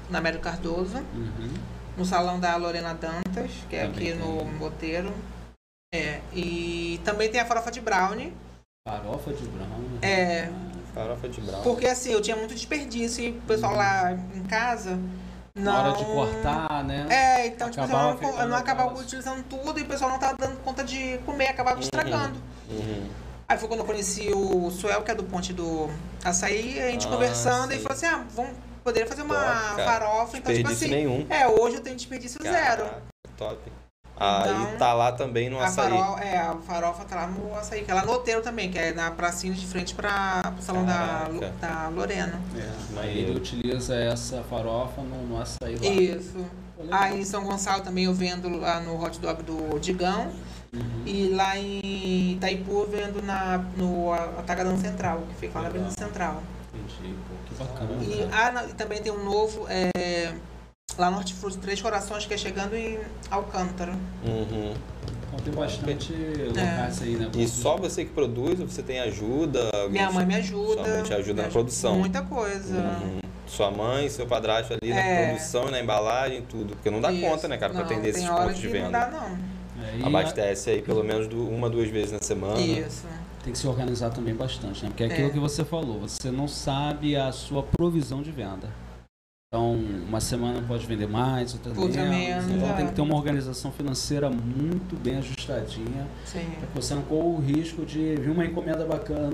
C: na Américo Cardoso,
A: Uhum.
C: no salão da Lorena Dantas, que é
A: Também
C: aqui no
A: tem.
C: Boteiro. É, e também tem a farofa de brownie.
A: Farofa de brownie.
C: É,
B: Farofa de brau.
C: porque assim, eu tinha muito desperdício e o pessoal lá em casa não...
A: Na hora de cortar, né?
C: É, então tipo, assim, eu
A: Acabava
C: não, eu
A: ficando
C: não acabava
A: aquelas- Uhum.
C: utilizando tudo e o pessoal não tava dando conta de comer, acabava estragando.
B: Uhum.
C: Aí foi quando eu conheci o Suel, que é do Ponte do Açaí, a gente
B: Ah,
C: conversando,
B: sei.
C: e falou assim, ah, vamos poder fazer uma
B: Top, cara.
C: farofa, então tipo
B: Desperdício
C: assim...
B: nenhum.
C: É, hoje eu tenho desperdício zero.
B: Caraca, Top. Aí
C: Então,
B: tá lá também no
C: A,
B: açaí.
C: farol, é, a farofa tá lá no açaí, que é lá no Oteiro também, que é na pracinha de frente para o salão da,
B: Caraca.
C: da Lorena.
A: É, ele utiliza essa farofa no, no açaí lá.
C: Isso.
A: Pô, legal.
C: Aí em São Gonçalo também eu vendo lá no hot dog do Digão.
B: Uhum.
C: E lá em Itaipu eu vendo na, no Atacadão Central, que fica lá na Avenida Central.
A: Entendi, pô, que bacana.
C: E,
B: Uhum.
A: cara.
C: ah, não, e também tem um novo é, lá no Hortifruti Três Corações, que é chegando em Alcântara.
B: Uhum.
A: Então tem bastante
C: É.
A: locais aí, né?
B: E só você que produz, ou você tem ajuda? Alguém
C: Minha
B: te-
C: mãe me ajuda.
B: Sua mãe te ajuda
C: me
B: na produção.
C: Muita coisa.
B: Uhum. Sua mãe, seu padrasto ali
C: É.
B: na produção, na embalagem, tudo. Porque não dá
C: Isso.
B: conta, né, cara, pra
C: Não,
B: atender
C: tem
B: esses
C: hora
B: pontos de
C: que
B: venda.
C: Não dá, não.
A: É, e
B: Abastece aí pelo menos du- uma, duas vezes na semana.
C: Isso.
A: Tem que se organizar também bastante, né? Porque é aquilo
C: É.
A: que você falou, você não sabe a sua provisão de venda. Então, uma semana pode vender mais, outra,
C: Outra
A: menos.
C: menos,
A: Então,
C: é.
A: tem que ter uma organização financeira muito bem ajustadinha
C: Sim.
A: Pra que você não corra o risco de vir uma encomenda bacana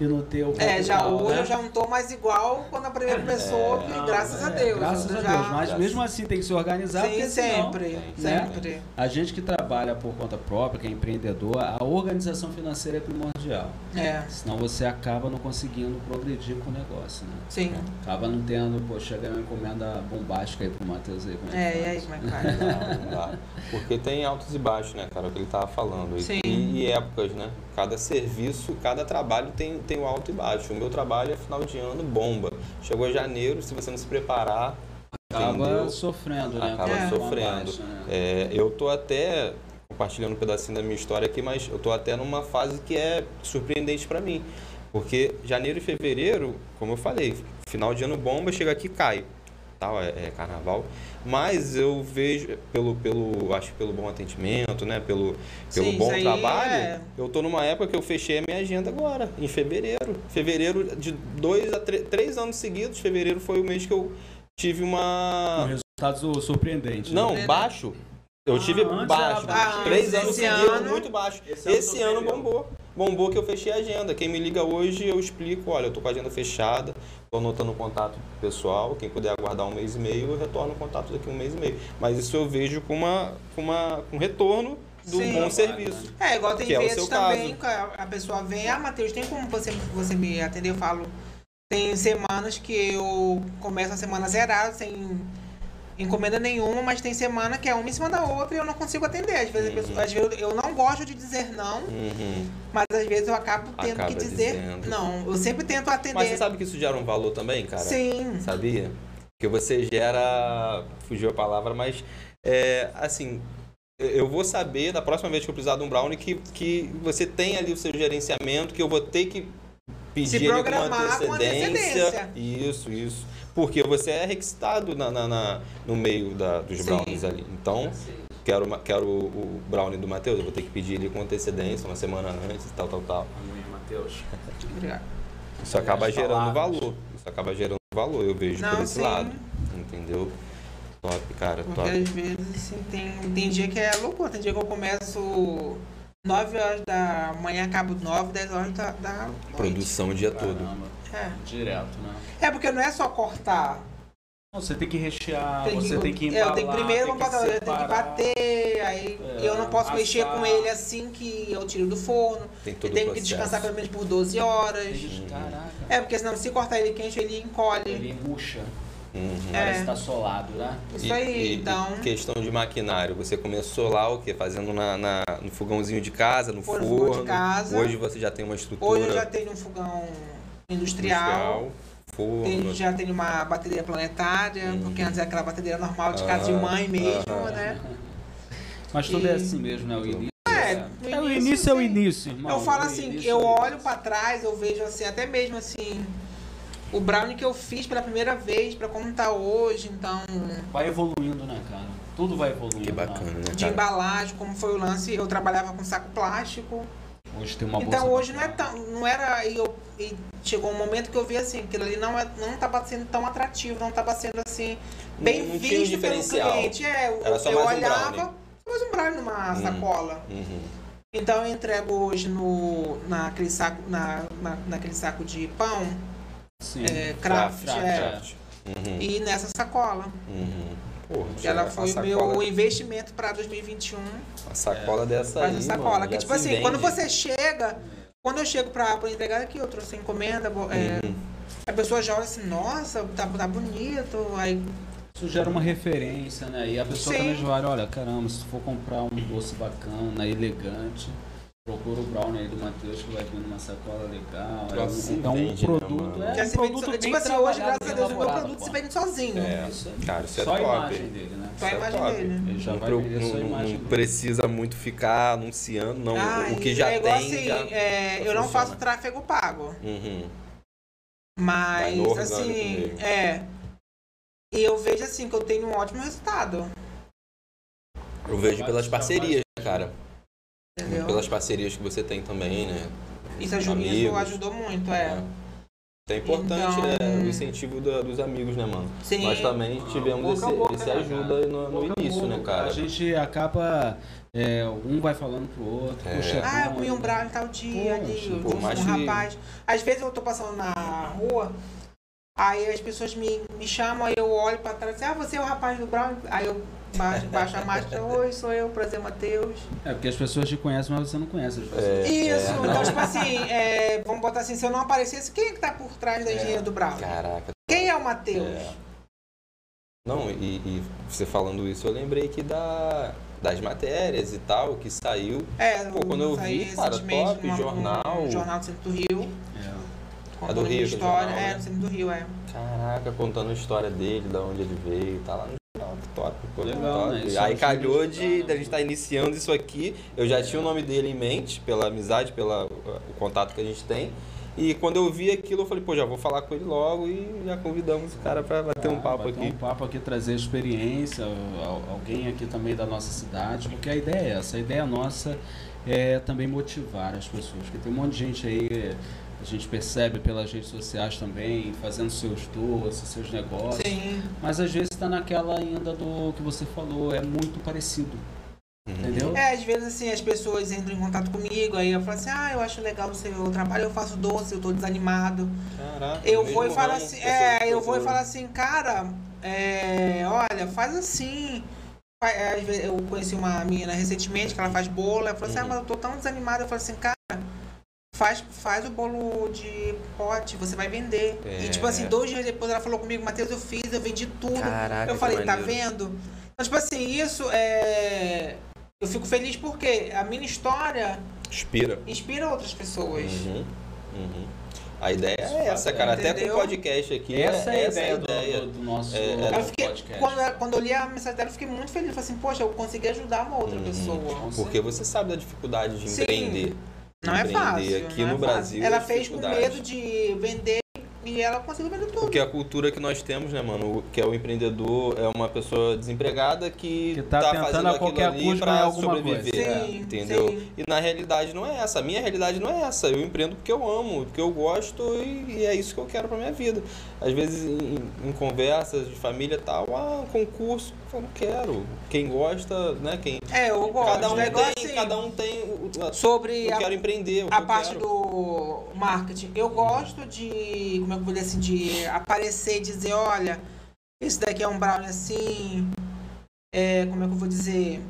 A: e não ter o
C: É, já
A: capital,
C: hoje
A: né?
C: eu já não tô mais igual quando a primeira pessoa, que
A: Não,
C: graças
A: é,
C: a Deus.
A: Graças
C: eu
A: a
C: já-
A: Deus, mas
B: Graças-
A: mesmo assim tem que se organizar,
C: Sim,
A: porque senão,
C: sempre,
A: né?
C: sempre.
A: a gente que trabalha por conta própria, que é empreendedor, a organização financeira é primordial.
C: É,
A: Senão você acaba não conseguindo progredir com o negócio, né?
C: sim.
A: Acaba não tendo, pô, chega uma encomenda bombástica aí pro Matheus aí. Como que tá?
C: É, e
A: faz?
C: aí, como é que faz?
B: Não dá. Tá? Porque tem altos e baixos, né, cara? O que ele tava falando. E-
C: Sim.
B: E, e épocas, né? Cada serviço, cada trabalho tem, tem o alto e baixo. O meu trabalho é final de ano, bomba. Chegou janeiro, se você não se preparar,
A: Acaba
B: entendeu?
A: sofrendo, né?
B: Acaba
A: com a
B: sofrendo.
A: baixa, né?
B: É, eu tô até compartilhando um pedacinho da minha história aqui, mas eu tô até numa fase que é surpreendente para mim. Porque janeiro e fevereiro, como eu falei, final de ano bomba, chega aqui e cai. Tal, é, é carnaval. Mas eu vejo, pelo, pelo, acho que pelo bom atendimento, né? Pelo, pelo
C: Sim,
B: bom
C: isso aí
B: trabalho,
C: é-
B: eu tô numa época que eu fechei a minha agenda agora, em fevereiro. Fevereiro, de dois a tre- três anos seguidos, fevereiro foi o mês que eu tive uma.
A: Um resultado surpreendente. né?
B: É. Não,
C: Verdade.
B: baixo. Eu
A: Ah,
B: tive
A: antes era
B: baixo.
A: baixo.
B: Três
C: Ah,
B: anos
C: esse
B: seguidos,
C: ano-
B: muito baixo.
A: esse
B: Esse,
A: ano
B: ano
A: surpreendeu.
B: bombou. Bombou que eu fechei a agenda. Quem me liga hoje, eu explico, olha, eu tô com a agenda fechada, tô anotando o contato do pessoal, quem puder aguardar um mês e meio, eu retorno o contato daqui a um mês e meio. Mas isso eu vejo com uma, com uma com retorno do
C: Sim.
B: bom serviço.
C: É, igual tem
B: Que é o
C: vezes
B: seu
C: também que a a pessoa vem, ah, Matheus, tem como você, você me atender? Eu falo, tem semanas que eu começo a semana zerado, sem encomenda nenhuma, mas tem semana que é uma em cima da outra e eu não consigo atender. Às vezes, a pessoa- às vezes eu eu não gosto de dizer não,
B: Uhum.
C: mas às vezes eu acabo tendo
B: Acaba
C: que dizer
B: dizendo.
C: não. Eu sempre tento atender.
B: Mas você sabe que isso gera um valor também, cara?
C: Sim.
B: Sabia? Porque você gera. Fugiu a palavra, mas. É, assim. Eu vou saber da próxima vez que eu precisar de um brownie que, que você tem ali o seu gerenciamento, que eu vou ter que pedir ele
C: programar com antecedência.
B: Isso, isso. Porque você é requisitado na, na- na- no meio da- dos
C: Sim.
B: brownies ali. Então, quero, uma- quero o, o brownie do Matheus, eu vou ter que pedir ele com antecedência, uma semana antes, tal, tal, tal.
A: Amanhã, Matheus.
C: Obrigado.
B: Isso acaba
A: As
B: gerando
A: palavras.
B: valor. Isso acaba gerando valor, eu vejo
C: Não,
B: por esse
C: sim.
B: lado. Entendeu? Top, cara,
C: Porque
B: top.
C: às vezes assim, tem, tem dia que é loucura, tem dia que eu começo 9 horas da manhã, acabo 9, 10 horas da, da noite.
B: Produção o dia todo.
A: Caramba,
C: É.
A: direto, né?
C: É porque não é só cortar.
A: Não, você tem que rechear,
C: Tem
A: Ah, você tem que
C: é,
A: embalar,
C: eu tenho que primeiro
A: tem que
C: bater, eu tenho que
A: separar.
C: bater, aí
A: É,
C: eu não posso mexer
A: assar.
C: com ele assim que eu tiro do forno.
B: Tem
C: Eu
B: todo o
C: tenho que
B: processo.
C: descansar pelo menos por 12 horas.
B: Uhum.
A: Tem- Caraca,
C: É, porque senão se cortar ele quente, ele encolhe.
A: ele murcha,
B: Uhum.
A: parece
C: É.
A: que tá solado, né?
C: Isso aí, então.
B: Questão de maquinário. Você começou lá o quê? Fazendo na, na- no fogãozinho de casa, no
C: Foi no
B: forno.
C: fogão de casa.
B: Hoje você já tem uma estrutura
C: Hoje eu já tenho um fogão industrial.
B: industrial, forno. Uhum.
C: Tem- já tem uma bateria planetária, porque antes era aquela bateria normal de casa de
B: Ah,
C: mãe mesmo,
B: ah.
C: né?
A: Mas tudo é
C: E-
A: assim mesmo, né? O início.
C: É, no
A: o
C: início,
A: início, é o
C: sim.
A: início, irmão.
C: eu falo
A: O
C: assim,
A: início é
C: eu
A: o
C: olho
A: início.
C: pra trás, eu vejo assim, até mesmo assim, o brownie que eu fiz pela primeira vez, pra como tá hoje, então,
A: Vai evoluindo, né, cara? Tudo vai evoluindo.
B: Que
A: né?
B: bacana, né,
C: de
B: cara?
C: embalagem, como foi o lance, eu trabalhava com saco plástico.
A: Hoje tem uma
C: então
A: bolsa
C: hoje não é tão, não era, e, eu, e chegou um momento que eu vi assim, aquilo ali não, é, não tava sendo tão atrativo, não tava sendo assim, bem
B: Não- não tinha um
C: visto pelo
B: diferencial.
C: cliente. É, eu,
B: Era só
C: eu
B: mais um Hum.
C: olhava,
B: brownie.
C: mais um brownie numa sacola.
B: Uhum.
C: Então eu entrego hoje no, naquele, saco, na, na- naquele saco de pão,
A: Sim.
C: é, craft,
A: craft,
C: é,
A: craft.
B: Uhum,
C: e nessa sacola.
B: uhum. Porra, já
C: Ela
B: vai
C: foi
B: com
C: o
B: a
C: meu
B: sacola-
C: investimento para 2021.
B: Uma sacola dessa aí.
C: Faz a um sacola.
B: mano,
C: que
B: já se
C: tipo assim, quando
B: vende.
C: você chega, quando eu chego para entregar aqui, eu trouxe encomenda, bo- é,
B: Uhum.
C: a pessoa já olha assim, nossa, tá, tá bonito. Aí
A: Isso gera uma referência, né? E a pessoa
C: Sim.
A: também joalha, olha, caramba, se tu for comprar um doce bacana, elegante, procura o brownie aí do Matheus que vai vir numa sacola legal. É
B: Nossa,
A: um, é um
B: vende, né,
A: produto,
B: mano?
A: é, um
C: já se vende
A: produto
C: so-
A: bem
C: Tipo assim, hoje,
A: trabalhado,
C: graças a Deus, o meu
A: elaborado,
C: produto se
A: pô.
C: vende sozinho.
B: É,
A: Isso aí.
B: cara, isso é
A: Só a
B: top.
A: imagem dele, né?
C: Só a
B: Isso é
C: imagem
B: top.
C: dele.
A: Ele já
B: não,
A: vai
B: pro-
A: vender só a
B: não- não
A: imagem dele.
B: precisa muito ficar anunciando, não.
C: Ah,
B: Então, o que já tem.
C: é igual assim,
B: já-
C: é,
B: já
C: eu não
B: funciona.
C: faço tráfego pago.
B: Uhum. Vai
C: Mas
B: no orgânico
C: assim,
B: mesmo.
C: é. E eu vejo assim que eu tenho um ótimo resultado.
B: Eu vejo
A: Vai
B: pelas
A: ficar
B: parcerias, cara.
C: Entendeu?
B: Pelas parcerias que você tem também, né?
C: Isso é ajudou,
B: amigos. né?
C: isso ajudou muito, é.
B: É importante,
C: Então-
B: né? O incentivo da- dos amigos, né, mano?
C: Sim.
B: Nós também tivemos
A: Ah, boca a
B: esse,
A: boca,
B: esse
A: né,
B: ajuda
A: cara?
B: no, no
A: Pouco a
B: início,
A: pouco,
B: né, cara?
A: A gente acaba, é, um vai falando pro outro,
B: É.
A: puxa,
C: Ah,
A: bom,
C: eu comi um brownie tal dia
A: Poxa,
C: ali, eu
B: pô,
C: disse
B: mas
C: um
B: que-
C: rapaz. Às vezes eu tô passando na rua, aí as pessoas me, me chamam, aí eu olho pra trás e ah, você é o rapaz do brownie? Aí eu baixo, baixo a máscara, oi, sou eu, prazer, Matheus.
A: É porque as pessoas te conhecem, mas você não conhece as
B: É.
A: pessoas.
C: Isso, então tipo assim, é, vamos botar assim, se eu não aparecesse, quem é que tá por trás da engenharia do brownie?
B: Caraca.
C: Quem é o Matheus?
B: É. Não, e, e você falando isso, eu lembrei que da, das matérias e tal, que saiu.
C: É,
B: Pô, quando eu
C: saí
B: vi, cara,
C: recentemente
B: top,
C: numa-
B: jornal.
C: num jornal do Centro do Rio.
A: É.
C: contando
B: do
C: uma
B: Rio, que é
C: História,
B: jornal,
C: é,
B: né?
C: no Centro do Rio, é.
B: Caraca, contando a história dele, da onde ele veio, tá lá no jornal, que top, pô,
A: Legal,
B: top.
A: né? Isso é
B: Aí
A: um
B: calhou
A: filme
B: de,
A: legal,
B: da gente estar iniciando isso aqui, eu já tinha o nome dele em mente, pela amizade, pelo o contato que a gente tem. E quando eu vi aquilo, eu falei, pô, já vou falar com ele logo e já convidamos o cara pra bater um
A: Ah,
B: papo
A: bater
B: aqui.
A: um papo aqui, trazer experiência, al- alguém aqui também da nossa cidade, porque a ideia é essa, a ideia nossa é também motivar as pessoas, porque tem um monte de gente aí, a gente percebe pelas redes sociais também, fazendo seus doces, seus negócios,
C: Sim.
A: mas às vezes está naquela ainda do que você falou, é muito parecido,
B: Uhum.
A: entendeu?
C: É, às vezes assim, as pessoas entram em contato comigo, aí eu falo assim, ah, eu acho legal o seu trabalho, eu faço doce, eu tô desanimado.
B: Caraca,
C: Eu
B: mesmo
C: vou e falo
B: ramo,
C: assim,
B: pessoas
C: é,
B: que
C: eu vou e
B: procuram.
C: falo assim, cara, é, olha, faz assim. Fa- é, às vezes Eu conheci uma menina recentemente que ela faz bolo, ela falou assim, ah,
B: Uhum.
C: mas eu tô tão desanimada, eu falo assim, cara. Faz, faz o bolo de pote, você vai vender.
B: É.
C: E tipo assim, dois dias depois ela falou comigo, Matheus, eu fiz, eu vendi tudo.
B: Caraca,
C: eu
B: que
C: falei, tá
B: maneiro.
C: vendo? Então, tipo assim, isso é. Eu fico feliz porque a minha história
B: Inspira.
C: inspira outras pessoas.
B: Uhum, uhum. A ideia
A: Isso
B: é essa,
A: faz,
B: cara. Até com
C: entendeu?
B: o podcast aqui.
A: Essa é a
B: essa
A: ideia, do- Do, do nosso
B: É, é.
C: Eu fiquei,
A: podcast.
C: quando, eu- quando eu li a mensagem dela, eu fiquei muito feliz. Eu Falei assim, poxa, eu consegui ajudar uma outra
B: Uhum.
C: pessoa.
B: Porque você sabe da dificuldade de
C: Sim.
B: empreender.
C: Não é
B: Empreender
C: fácil.
B: Aqui
C: não
B: no
C: é fácil.
B: Brasil.
C: Ela
B: é
C: fez com
B: dificuldade.
C: medo de vender e ela conseguiu vender tudo.
B: Porque a cultura que nós temos, né, mano? o- Que é o empreendedor, é uma pessoa desempregada que,
A: Que tá tentando
B: fazendo
A: a
B: aquilo
A: qualquer
B: ali
A: custo ganhar
B: pra
A: alguma
B: sobreviver.
C: coisa.
B: é,
C: Sim,
B: entendeu?
C: sim.
B: E na realidade não é essa. A minha realidade não é essa. Eu empreendo porque eu amo, porque eu gosto e, e é isso que eu quero pra minha vida. Às vezes em, em conversas de família e tal, ah, concurso, eu não quero. Quem gosta, né? Quem.
C: É, eu gosto.
B: cada, um
C: o negócio
B: tem,
C: assim,
B: cada um tem o. o-
C: sobre
B: Eu
C: a,
B: quero empreender. o que é
C: a
B: eu
C: parte
B: quero.
C: do marketing. Eu gosto de, como é que eu vou dizer assim, de aparecer e dizer, olha, esse daqui é um brownie assim. É, como é que eu vou dizer?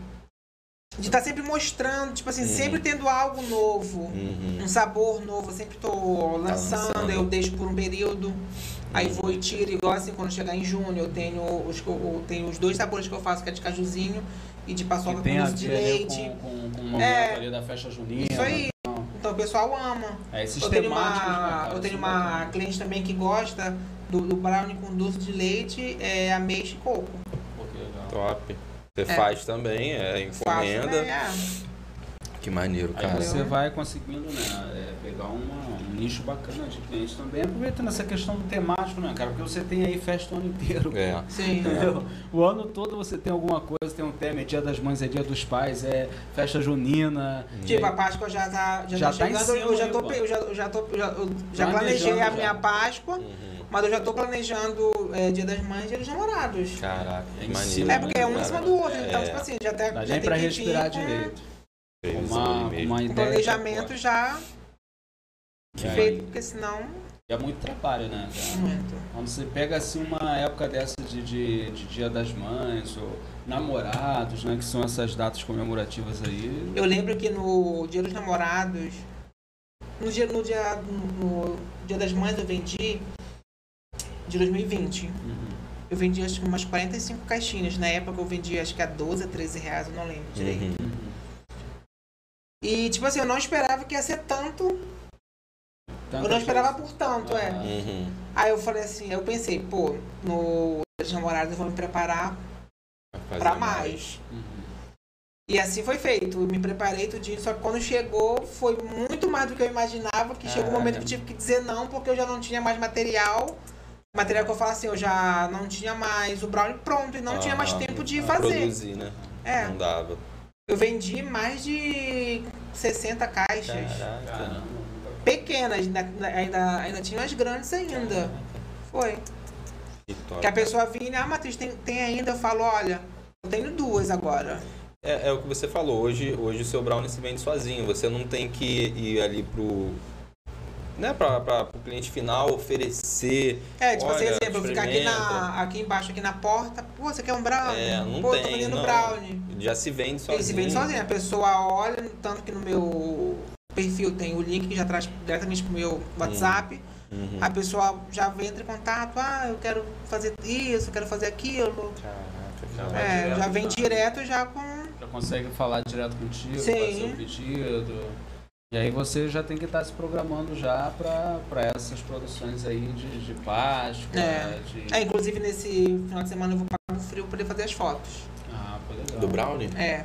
C: De estar sempre mostrando, tipo assim,
B: Uhum.
C: sempre tendo algo novo.
B: Uhum.
C: um sabor novo, eu sempre
A: Tá
C: tô lançando,
B: lançando.
C: eu deixo por um período, aí vou e tiro, igual assim, quando chegar em junho, eu tenho os, que eu- eu tenho os dois sabores que eu faço, que é de cajuzinho e de paçoca
A: que
C: com
A: tem a né,
C: mousse de
A: ver ali
C: leite.
A: com, com, com o momento
C: É.
A: ali da festa junina.
C: Isso aí.
A: tal.
C: Então o pessoal ama.
A: É
C: Eu tenho
A: sistemático.
C: uma, eu
A: assim,
C: tenho
A: né?
C: uma cliente também que gosta do, do brownie com doce de leite, é, ameixa e coco.
A: um
B: Top. Você faz também, é
C: Faço,
B: encomenda.
C: né? É.
B: Que maneiro,
A: Aí
B: cara.
A: você vai conseguindo né, é, pegar uma- um nicho bacana de clientes também, aproveitando essa questão do temático, né, cara? Porque você tem aí festa o ano inteiro.
B: É.
C: Sim.
A: Entendeu? O ano todo você tem alguma coisa, tem um tema, é dia das mães, é dia dos pais, é festa junina.
C: Tipo,
A: é-
C: a Páscoa já tá, já
A: Já
C: tá
A: tá em
C: chegando,
A: cima
C: eu já
A: aí,
C: tô,
A: pô.
C: eu já, eu já tô, eu já, eu
A: Planejando
C: já planejei a
A: já.
C: minha Páscoa,
B: Uhum.
C: mas eu já tô planejando é, Dia das Mães e Dia dos Namorados.
B: Caraca,
A: É
B: que
A: em
B: maneiro.
A: cima,
C: É porque é um em
B: cara.
C: cima do outro, então,
B: É.
C: tipo assim, já até.
A: Dá
C: já
A: nem
C: tem
A: pra
C: que vir
A: respirar
C: com-
A: direito.
B: previsão
A: uma,
B: ali mesmo.
A: uma
C: Um
A: ideia. tá
C: planejamento já
A: de agora.
C: feito, porque senão.
A: E aí, é muito trabalho, né? cara?
C: Muito.
A: Quando você pega assim uma época dessa de, de, de Dia das Mães ou namorados, né? Que são essas datas comemorativas aí.
C: Eu lembro que no Dia dos Namorados, no dia, no dia, no dia das Mães eu vendi, de 2020,
A: Uhum.
C: eu vendi acho que umas 45 caixinhas. Na época eu vendi acho que a 12, a 13 reais, eu não lembro direito.
B: Uhum.
C: E tipo assim, eu não esperava que ia ser tanto, eu não esperava por tanto, é.
A: Ah.
B: Uhum.
C: Aí eu falei assim, eu pensei, pô, no Dia dos Namorados eu vou me preparar
B: Vai fazer
C: pra mais.
A: Uhum.
C: E assim foi feito. Eu me preparei tudinho, só que quando chegou foi muito mais do que eu imaginava, que chegou um
A: Caraca.
C: momento que eu tive que dizer não, porque eu já não tinha mais material. Material que eu falo assim, eu já não tinha mais o brownie pronto e não tinha mais
B: Aham.
C: tempo de
A: Ah,
C: fazer.
B: Produzir, né?
C: É,
B: Não dava.
C: eu vendi mais de 60 caixas.
B: Caraca.
A: Caramba.
C: Pequenas, ainda, ainda, ainda tinha as grandes ainda. Foi.
B: Que top.
C: Que a pessoa vinha, ah, Matheus, tem, tem ainda? Eu falo, olha, eu tenho duas agora.
B: É, é o que você falou, hoje, hoje o seu brownie se vende sozinho, você não tem que ir ali pro. Né, pra, pra, pro cliente final oferecer.
C: É, tipo assim,
B: Olha,
C: exemplo, eu ficar aqui,
B: experimenta.
C: na, aqui embaixo, aqui na porta, pô, você quer um brownie?
B: É, não
C: pô, tô
B: tem,
C: vendendo
B: não.
C: brownie.
B: Já se vende sozinho.
C: Ele se vende sozinho, a pessoa olha, tanto que no meu perfil tem o link que já traz diretamente pro
B: Hum,
C: meu WhatsApp,
B: Uhum.
C: a pessoa já entra em contato, ah, eu quero fazer isso, eu quero fazer aquilo.
B: Caraca,
A: cara. Vai
B: É.
C: É,
A: direto,
C: já vem
A: né?
C: direto já com
A: Já consegue falar direto contigo,
C: Sim.
A: fazer o pedido. E aí você já tem que estar se programando já pra pra essas produções aí de, de Páscoa,
C: É.
A: de.
C: É, inclusive nesse final de semana eu vou para o frio pra poder fazer as fotos.
A: Ah, pô, legal.
B: Do brownie? né?
C: É,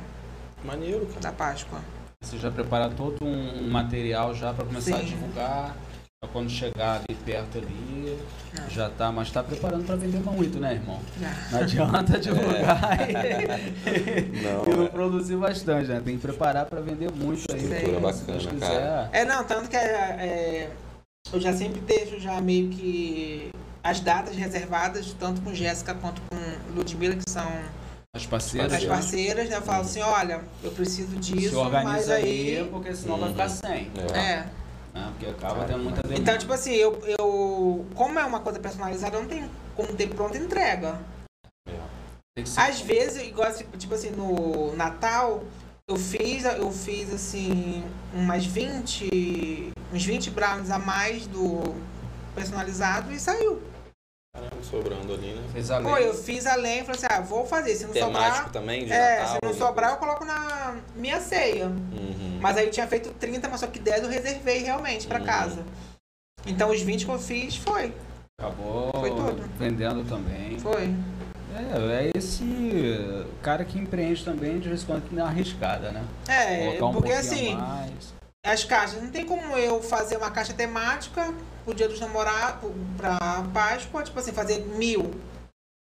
B: Maneiro, cara.
C: da Páscoa.
A: Você já prepara todo um um material já para começar a
C: Sim.
A: divulgar. Pra quando chegar ali perto ali,
C: Não.
A: já tá, mas tá preparando para vender muito, né, irmão?
C: Já.
A: Não adianta divulgar
C: É.
B: Não,
A: e não
B: é.
A: produzir bastante, né? Tem que preparar para vender muito aí.
C: Estrutura
A: Se
B: bacana,
A: Deus quiser.
B: cara.
C: É, não, tanto que é, é, eu já sempre deixo já meio que as datas reservadas, tanto com Jéssica quanto com Ludmilla, que são
A: As parceiras.
C: as
B: Sim.
C: parceiras, né? Eu falo assim, olha, eu preciso
A: se
C: disso, mas
A: organiza aí,
C: aí...
A: porque senão vai ficar sem.
B: É.
C: É.
A: né? Porque acaba tendo muita demanda.
C: Então, tipo assim, eu, eu... Como é uma coisa personalizada, eu não tenho como ter pronta entrega.
A: Tem que ser-
C: Às vezes, igual tipo tipo assim, no Natal, eu fiz, eu fiz assim, umas 20. Uns 20 brownies a mais do personalizado e saiu.
B: Caramba, É, sobrando ali, né?
A: Fez a
C: Pô, eu
A: lei.
C: fiz além, falei assim, ah, vou fazer. Se não
B: Temático
C: sobrar.
B: também, de Natal.
C: É, se não
A: né?
B: alguma
C: sobrar, eu coloco na minha ceia.
B: coisa. Uhum.
C: Mas aí eu tinha feito 30, mas só que 10 eu reservei realmente pra
A: Hum.
B: Uhum.
C: casa. Então os 20 que eu fiz foi,
A: Acabou
C: Foi tudo.
A: vendendo também.
C: foi.
A: É, é esse cara que empreende também, de vez em quando, que dá uma arriscada, né?
C: É,
A: Colocar um
C: porque
A: pouquinho
C: assim,
A: a mais.
C: as caixas. Não tem como eu fazer uma caixa temática pro dia dos namorados, pra Páscoa, tipo assim, fazer mil.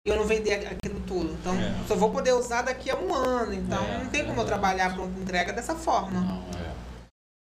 C: E eu não vender aquilo tudo. Então,
A: É.
C: só vou poder usar daqui a um ano. Então,
A: É,
C: não tem como
A: verdade.
C: eu trabalhar pronta entrega dessa forma.
A: Não, é.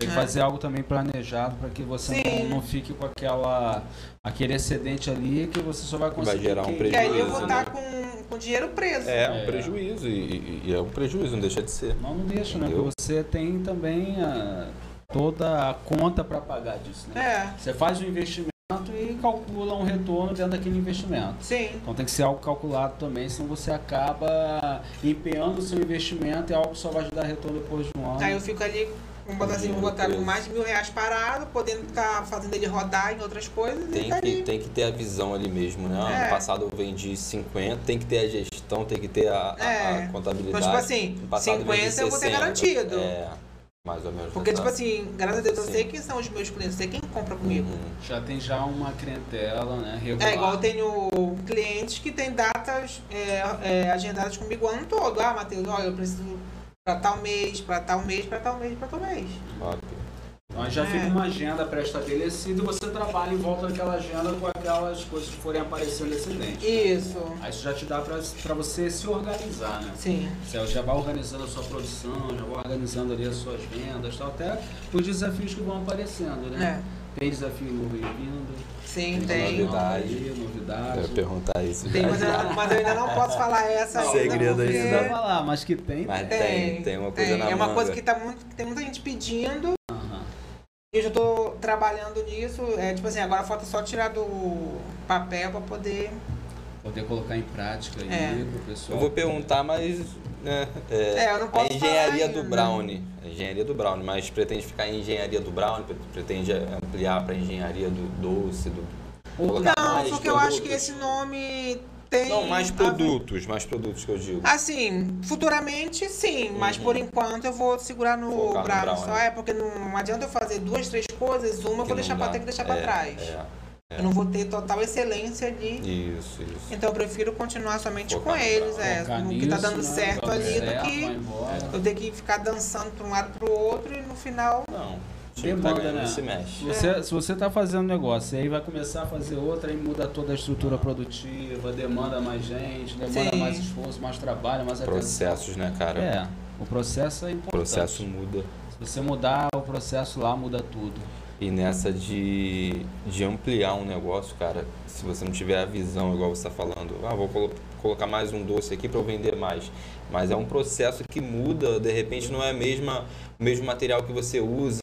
A: Tem que
C: É.
A: fazer algo também planejado para que você
C: Sim.
A: não, não fique com aquela aquele excedente ali que você só vai conseguir.
B: gerar um
A: que-
C: E aí É, eu vou tá-
B: Prejuízo,
C: estar
B: né?
C: com, com dinheiro preso.
B: É, um
A: É.
B: prejuízo. E, e- e é um prejuízo, não deixa de ser.
A: Não, não deixa, né?
B: Entendeu?
A: Porque você tem também a- toda a conta para pagar disso, né?
C: É,
A: Você faz um investimento e calcula um retorno dentro daquele investimento.
C: sim.
A: Então tem que ser algo calculado também, senão você acaba empenhando o seu investimento e algo que só vai te dar retorno depois de um ano.
C: Aí eu fico ali, vamos botar assim, vou botar com mais de mil reais parado, podendo estar fazendo ele rodar em outras coisas e
B: Tem
C: tá
B: que,
C: ali.
B: tem que ter a visão ali mesmo, né? Ah,
C: É.
B: No passado eu vendi 50, tem que ter a gestão, tem que ter a, a- a
C: É.
B: contabilidade.
C: Então, tipo assim,
B: No passado eu vendi
C: 50 eu vou ter
B: 60.
C: garantido.
B: É, mais ou menos.
C: Porque, tipo assim, graças a Deus, eu
B: Sim.
C: sei quem são os meus clientes, eu sei quem compra comigo.
B: Uhum.
A: Já tem já uma clientela, né? Regular.
C: É, igual eu tenho clientes que têm datas é, é, agendadas comigo o ano todo. Ah, Matheus, olha, eu preciso pra tal mês, pra tal mês, pra tal mês, pra tal mês.
B: Top.
A: Então aí já
C: É.
A: fica uma agenda pré-estabelecida e você trabalha em volta daquela agenda com aquelas coisas que forem aparecendo excedentes.
C: Isso.
A: Aí isso já te dá pra, pra você se organizar, né?
C: Sim.
A: Você já vai organizando a sua produção, já vai organizando ali as suas vendas, tal, até os desafios que vão aparecendo, né?
C: É.
A: Tem desafio novo em vindo?
C: Sim, tem.
B: novidade. Eu ia
A: novidade.
B: perguntar isso
C: Tem,
B: já,
C: mas,
B: já.
C: eu, mas eu ainda não posso falar essa ainda.
B: Segredo né?
C: porque-
B: ainda.
A: Não falar, mas que tem.
B: Mas tem, tem,
C: Tem,
B: uma coisa
C: tem.
B: na
C: É uma coisa
B: manga.
C: que, tá muito, que tem muita gente pedindo.
A: Aham.
C: Eu já tô trabalhando nisso. É tipo assim, agora falta só tirar do papel pra poder.
A: Poder colocar em prática aí
C: É.
A: pro pessoal.
B: Eu vou perguntar, mas. né, é,
C: É, eu não posso
B: a engenharia
C: falar
B: do
C: ainda.
B: Brownie. A engenharia do Brownie, mas pretende ficar em engenharia do Brownie, pre- pretende ampliar para engenharia do doce, do.
A: Ou-
B: Colocar
C: Não,
B: Ah, mais
C: porque eu acho
B: produtos.
C: que esse nome tem.
B: Não, mais
C: a ver-
B: produtos, mais produtos que eu digo.
C: Assim, futuramente sim, mas
B: Uhum.
C: por enquanto eu vou segurar no
B: Focar no
C: Brownie
B: Brownie.
C: só. É, porque não adianta eu fazer duas, três coisas, uma eu
B: que
C: vou
B: não
C: deixar
B: dá.
C: pra ter que deixar pra
B: É,
C: trás.
B: é.
C: Eu não vou ter total excelência ali.
B: Isso, isso.
C: Então eu prefiro continuar somente
B: Focar
C: com
B: no
C: eles, é,
A: Focar
C: no que
A: nisso,
C: tá dando
A: né?
C: certo
A: Dando
C: ali, do
A: certo, vai
C: que É.
A: embora.
C: eu ter que ficar dançando pra um lado pro outro e no final.
B: Não. o time tá
A: Demanda,
B: ganhando,
A: né?
B: não se mexe.
A: Se você, se você tá fazendo um negócio e aí vai começar a fazer outra e muda toda a estrutura produtiva, demanda mais gente, demanda
C: Sim.
A: mais esforço, mais trabalho, mais
B: Processos, né, cara?
A: atenção. É, o processo é importante.
B: O processo muda.
A: Se você mudar o processo lá, muda tudo.
B: E nessa de, de ampliar um negócio, cara, se você não tiver a visão, igual você está falando, ah, vou colo- colocar mais um doce aqui para eu vender mais. Mas é um processo que muda, de repente não é a mesma, o mesmo material que você usa,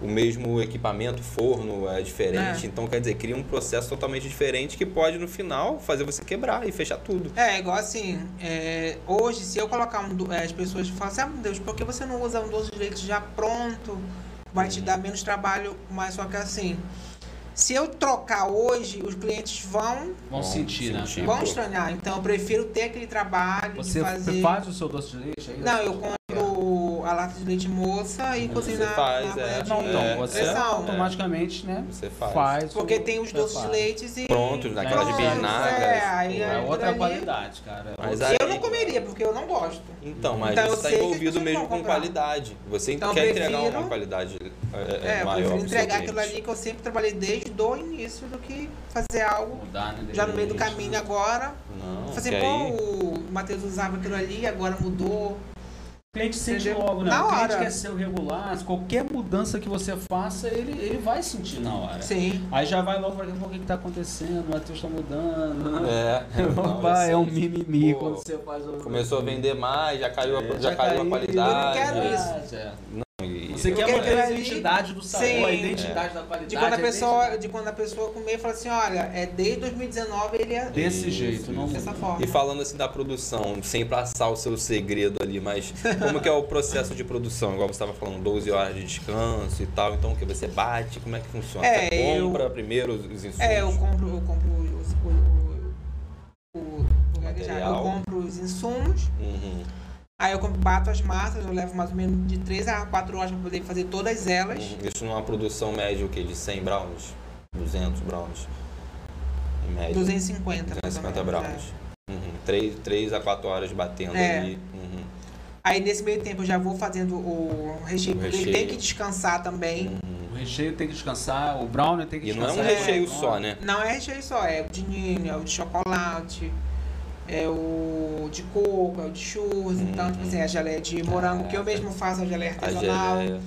B: o mesmo equipamento, forno é diferente.
C: É.
B: Então, quer dizer, cria um processo totalmente diferente que pode, no final, fazer você quebrar e fechar tudo.
C: É, igual assim, é, hoje se eu colocar um do- é, as pessoas falam assim, ah meu Deus, por que você não usa um doce de leite já pronto? Vai te dar menos trabalho, mas só que assim, se eu trocar hoje, os clientes vão,
A: Vão
B: Bom,
A: sentir, né?
B: sentir.
C: vão
B: pô.
C: estranhar. Então eu prefiro ter aquele trabalho
A: Você
C: de fazer.
A: faz o seu doce de leite? É isso?
C: Não, eu compro a lata de leite moça e cozinho
B: você
C: na,
B: faz,
C: na
B: é.
C: panela de
A: Não, então,
B: É,
A: você
B: é.
A: automaticamente, né?
B: Você faz.
A: Faz.
C: Porque
A: o-
C: tem os
A: prepara.
C: doces de leites e.
B: Pronto, naquela de
A: Pronto,
B: bisnaga.
C: é, aí
A: É
C: Aquilo
A: outra
C: ali-
A: qualidade, cara.
B: Mas
A: Outra-
B: aí-
C: Eu não comeria, porque eu não gosto.
B: Então, mas
C: Então, eu
B: você
C: sei
B: está
C: que
B: envolvido
C: vocês
B: mesmo
C: vão
B: com
C: comprar.
B: qualidade. Você
C: Então,
B: quer
C: eu
B: entregar
C: prefiro-
B: uma qualidade é,
C: É,
B: é,
C: eu
B: maior.
C: prefiro
B: pro seu
C: entregar
B: cliente.
C: aquilo ali que eu sempre trabalhei desde do início do que fazer algo
A: Mudar, né?
C: já no meio do
A: Depende.
C: caminho agora.
B: Não,
C: Fazer,
B: que
C: pô,
B: aí-
C: o Matheus usava aquilo ali, agora mudou.
A: O cliente sente
C: Entendeu?
A: logo, né?
C: Na
A: o cliente
C: hora.
A: quer ser o regular, qualquer mudança que você faça, ele, ele vai sentir na hora.
C: Sim.
A: Aí já vai logo pra ver pô, o que, que tá acontecendo, o Matheus tá mudando. né?
B: É, não,
A: Opa,
B: eu
A: é um
B: sei.
A: mimimi
B: Pô,
A: quando você faz alguma
B: Começou a
A: coisa.
B: vender mais, já caiu, a-
A: É,
B: já caiu a qualidade.
C: Eu não quero isso.
A: É.
B: E-
A: Você
C: Eu
A: quer
C: quero
A: manter a
C: ali-
A: identidade do sabor,
C: Sim.
A: a identidade
B: É.
A: da qualidade. é
C: De quando, a
A: a
C: pessoa,
A: identidade-
C: de quando a pessoa comer e fala assim, olha, é desde 2019 ele é
A: Desse
B: Isso,
A: jeito, não
C: dessa forma.
B: E falando assim da produção, sem passar o seu segredo ali, mas como que é o processo de produção? Igual você estava falando, 12 horas de descanso e tal. Então o que? Você bate? Como é que funciona?
C: É,
B: você
C: eu-
B: compra primeiro os, os insumos?
C: É, eu compro, eu compro os, o, o, o, o-
B: Material.
C: eu compro os insumos,
B: Uhum,
C: aí eu compro, bato as massas, eu levo mais ou menos de 3 a 4 horas para poder fazer todas elas.
B: uhum. Isso numa produção média o quê? De 100 brownies? 200 brownies? Em média.
C: 250. mais
B: 250
C: ou menos, é.
B: brownies. 3, Uhum. a 4 horas batendo
C: É.
B: ali. Uhum,
C: Aí nesse meio tempo eu já vou fazendo o recheio,
B: O
C: porque
B: recheio.
C: ele tem que descansar também.
B: uhum.
A: O recheio tem que descansar, o brownie tem que
B: E não é
A: descansar.
B: um
C: É.
B: recheio só, né?
C: Não é recheio só, é o de ninho, é o de chocolate, é o de coco, é o de churros,
B: Hum,
C: então, tipo assim, a geleia de morango, que eu mesmo faço a geleia
B: Ah, é. A
C: artesanal.
B: geleia.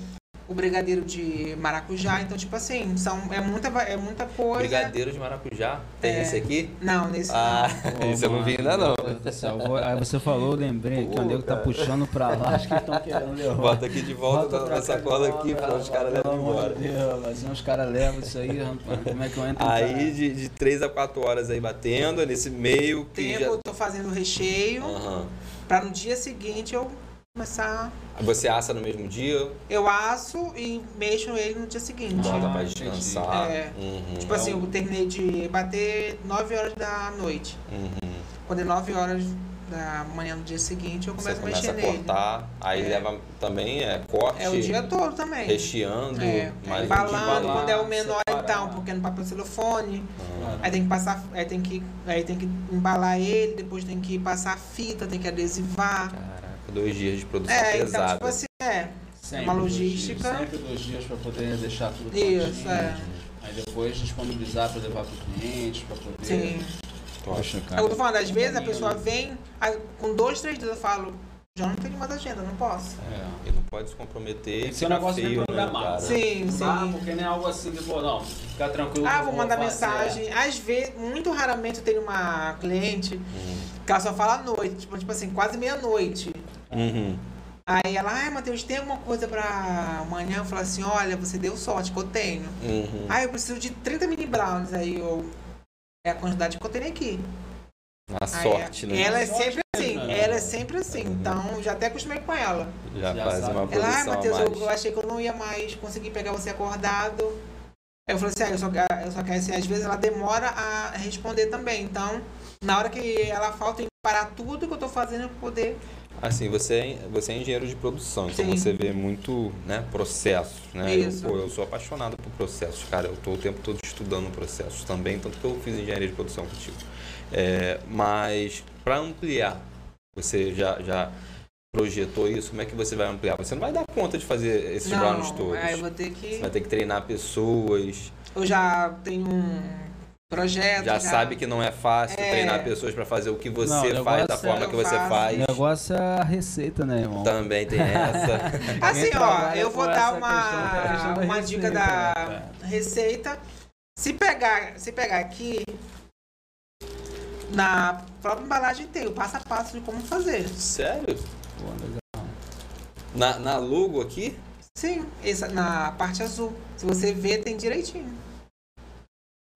C: o brigadeiro de maracujá. Então, tipo assim, são, é, muita, va- é muita coisa.
B: Brigadeiro de maracujá. Tem
C: É.
B: esse aqui?
C: Não, nesse.
B: Ah,
A: Pô,
B: esse eu não vi ainda
A: mano,
B: não.
A: meu Deus do céu, eu vou- Aí você falou, eu lembrei que o nego tá puxando pra lá, acho que estão querendo levar.
B: Bota aqui de volta
A: pra
B: na
A: cá de
B: sacola
A: volta,
B: aqui pra os caras
A: Pelo
B: levarem
A: amor
B: embora.
A: de Deus, assim, os caras levam isso aí, rapaz, como é que eu entro em
B: Aí
A: casa?
B: de, de 3 a 4 horas aí batendo, nesse meio
C: não.
B: que
C: tempo
B: já...
C: eu tô fazendo o recheio
B: Aham.
C: pra no dia seguinte eu começar.
B: Aí Você assa no mesmo dia,
C: Eu aço e mexo ele no dia seguinte.
B: bota pra
A: entendi.
B: descansar.
C: É.
B: Uhum,
C: Tipo assim, eu terminei de bater 9 horas da noite.
B: uhum.
C: Quando é 9 horas da manhã no dia seguinte, eu
B: Você
C: começo a
B: começa
C: mexer
B: a
C: nele.
B: cortar, aí
C: É.
B: leva também é, corte,
C: É o dia todo também.
B: recheando,
C: É,
B: mais um
C: embalando,
B: dia.
C: quando é o menor
A: separar.
C: então, porque é no papel celofone.
B: Uhum.
C: Aí tem que passar, aí tem que, aí tem que embalar ele, depois tem que passar fita, tem que adesivar.
B: Caraca, dois dias de produção
C: é, então,
B: pesada.
C: tipo assim, é.
A: Sempre
C: uma
A: dois dias,
C: logística.
A: sempre dois dias pra poder deixar tudo
C: Isso,
A: prontinho.
C: é.
A: Aí depois disponibilizar pra levar pro cliente, pra poder...
C: Sim.
B: Top.
A: Poxa, cara.
B: É.
C: Eu tô falando, às vezes a pessoa vem, aí com dois, três dias eu falo, Jonathan tem mais agenda, não posso.
A: É.
B: Ele não pode se comprometer.
A: Tem que ser um
B: ficar
A: negócio bem
B: feio, né,
A: programado.
B: cara?
C: Sim, sim.
A: Ah, porque nem algo assim de, pô, não, fica tranquilo. que
C: Ah,
A: eu
C: vou mandar
A: fazer.
C: mensagem. Às vezes, muito raramente eu tenho uma cliente
B: Uhum.
C: que ela só fala à noite, tipo, tipo assim, quase meia-noite.
B: Uhum.
C: Aí ela, ai, Matheus, tem alguma coisa pra amanhã? Eu falo assim, olha, você deu sorte, que eu tenho.
B: Uhum.
C: Ah, eu preciso de 30 mini brownies, aí eu... É a quantidade que eu tenho aqui.
B: A
C: Aí,
B: sorte, né?
C: Ela é
A: Sorte
C: sempre assim,
A: mesmo, né?
C: ela é sempre assim. Então, já até acostumei com ela.
B: Já,
A: Já
B: faz
A: sabe.
B: uma
C: é Ela, ai,
B: posição
C: Matheus,
B: a mais.
C: eu, eu achei que eu não ia mais conseguir pegar você acordado. Aí eu falei assim, ah, eu só, quero- eu só quero assim, às vezes ela demora a responder também. Então, na hora que ela falta, eu tenho que parar tudo que eu tô fazendo pra poder.
B: Assim, você é, você é engenheiro de produção, então
C: Sim.
B: você vê muito né, processos, né?
C: Isso.
B: Eu, pô, eu sou apaixonado por processos, cara. Eu tô o tempo todo estudando processos também, tanto que eu fiz engenharia de produção contigo. É, mas para ampliar, você já, já projetou isso? Como é que você vai ampliar? Você não vai dar conta de fazer esses brownies todos.
C: aí eu vou ter que.
B: Você vai ter que treinar pessoas.
C: Eu já tenho um projeto.
B: já sabe que não é fácil
C: É.
B: treinar pessoas para fazer o que
D: Não, o
B: você faz
D: negócio
B: da
D: é-
B: forma que você
C: Eu faço.
B: faz.
D: O negócio é a receita, né, irmão?
B: Também tem essa.
C: Assim,
D: Quem
C: ó,
D: trabalha
C: eu
D: com
C: vou
D: essa
C: dar
D: questão, que é a questão
C: uma,
D: da
C: uma
D: receita,
C: dica da
D: né,
C: receita. Se pegar, se pegar aqui, na própria embalagem tem o passo a passo de como fazer.
B: Sério?
D: Pô, é legal.
B: Na, na logo aqui?
C: Sim, essa, na parte azul. Se você ver, tem direitinho.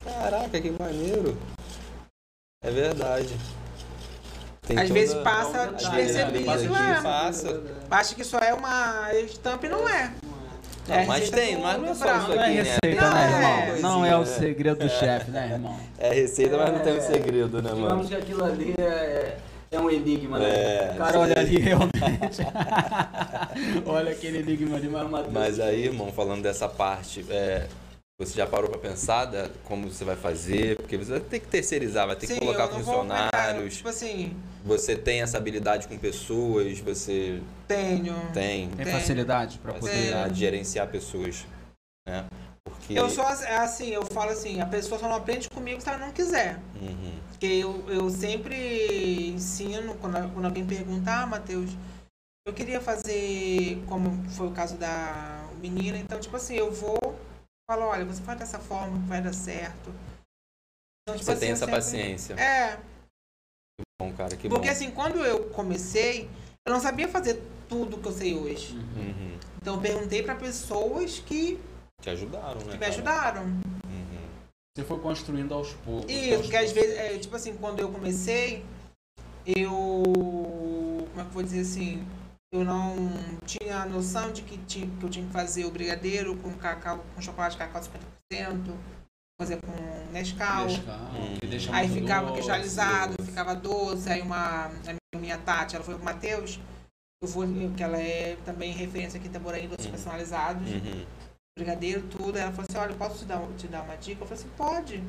B: Caraca, que maneiro. É verdade. Tem
C: Às
B: toda-
C: vezes passa
A: Então,
B: Às vezes ele
C: despercebido,
B: passa
C: é.
B: aqui, passa.
C: Acha que só é uma estampa e não é.
B: Não,
C: É,
B: mas
C: receita
B: tem,
C: do-
B: mas não é
C: do
B: só isso
C: Brown.
D: Não é
B: aqui,
D: receita,
C: Não,
D: né,
B: né?
D: irmão? Não é o segredo do chefe, né, irmão?
B: É receita, mas não tem um segredo, né,
A: Digamos
B: mano?
A: que aquilo ali é, é um enigma,
B: É.
A: né? O cara olha ali realmente. olha aquele enigma ali, mas é matou.
B: Mas aí, irmão, falando dessa parte, é, você já parou pra pensar da- como você vai fazer? Porque você vai ter que terceirizar, vai ter que
C: Sim,
B: colocar
C: eu não vou aumentar, eu,
B: funcionários.
C: Tipo assim,
B: Você tem essa habilidade com pessoas, você
C: tenho.
B: tem
D: Tem
C: Tem.
D: facilidade pra poder.
B: facilidade de gerenciar pessoas, né? Porque...
C: Eu sou as- é assim, eu falo assim, a pessoa só não aprende comigo se ela não quiser.
B: Uhum.
C: Porque eu, eu sempre ensino, quando, quando alguém pergunta, ah, Matheus, eu queria fazer como foi o caso da menina, então, tipo assim, eu vou, falo, olha, você faz dessa forma, que vai dar certo. Então, tipo
B: Você
C: assim,
B: tem
C: eu
B: essa
C: sempre-
B: paciência.
C: É,
B: Bom, cara, que
C: porque
B: bom.
C: assim, quando eu comecei, eu não sabia fazer tudo que eu sei hoje.
B: Uhum.
C: Então, eu perguntei pra pessoas que,
B: Te ajudaram, né?
C: que me
B: cara?
C: ajudaram.
B: Uhum.
A: Você foi construindo aos poucos.
C: Isso,
A: aos
C: porque às
A: poucos.
C: vezes, é, tipo assim, quando eu comecei, eu. Como é que eu vou dizer assim? Eu não tinha a noção de que, tinha, que eu tinha que fazer o brigadeiro com cacau, com chocolate de cacau 50%, fazer com Nescau.
A: Descalço, que deixa
C: Aí
A: muito
C: ficava
A: doce.
C: cristalizado, ficava doce. Aí uma a minha Tati, ela foi com o Matheus, eu vou, eu- que ela é também referência aqui em Tamboraí, doces
B: Uhum.
C: personalizados
B: Uhum.
C: brigadeiro, tudo. Ela falou assim, olha, posso te dar, te dar uma dica? Eu falei assim, pode.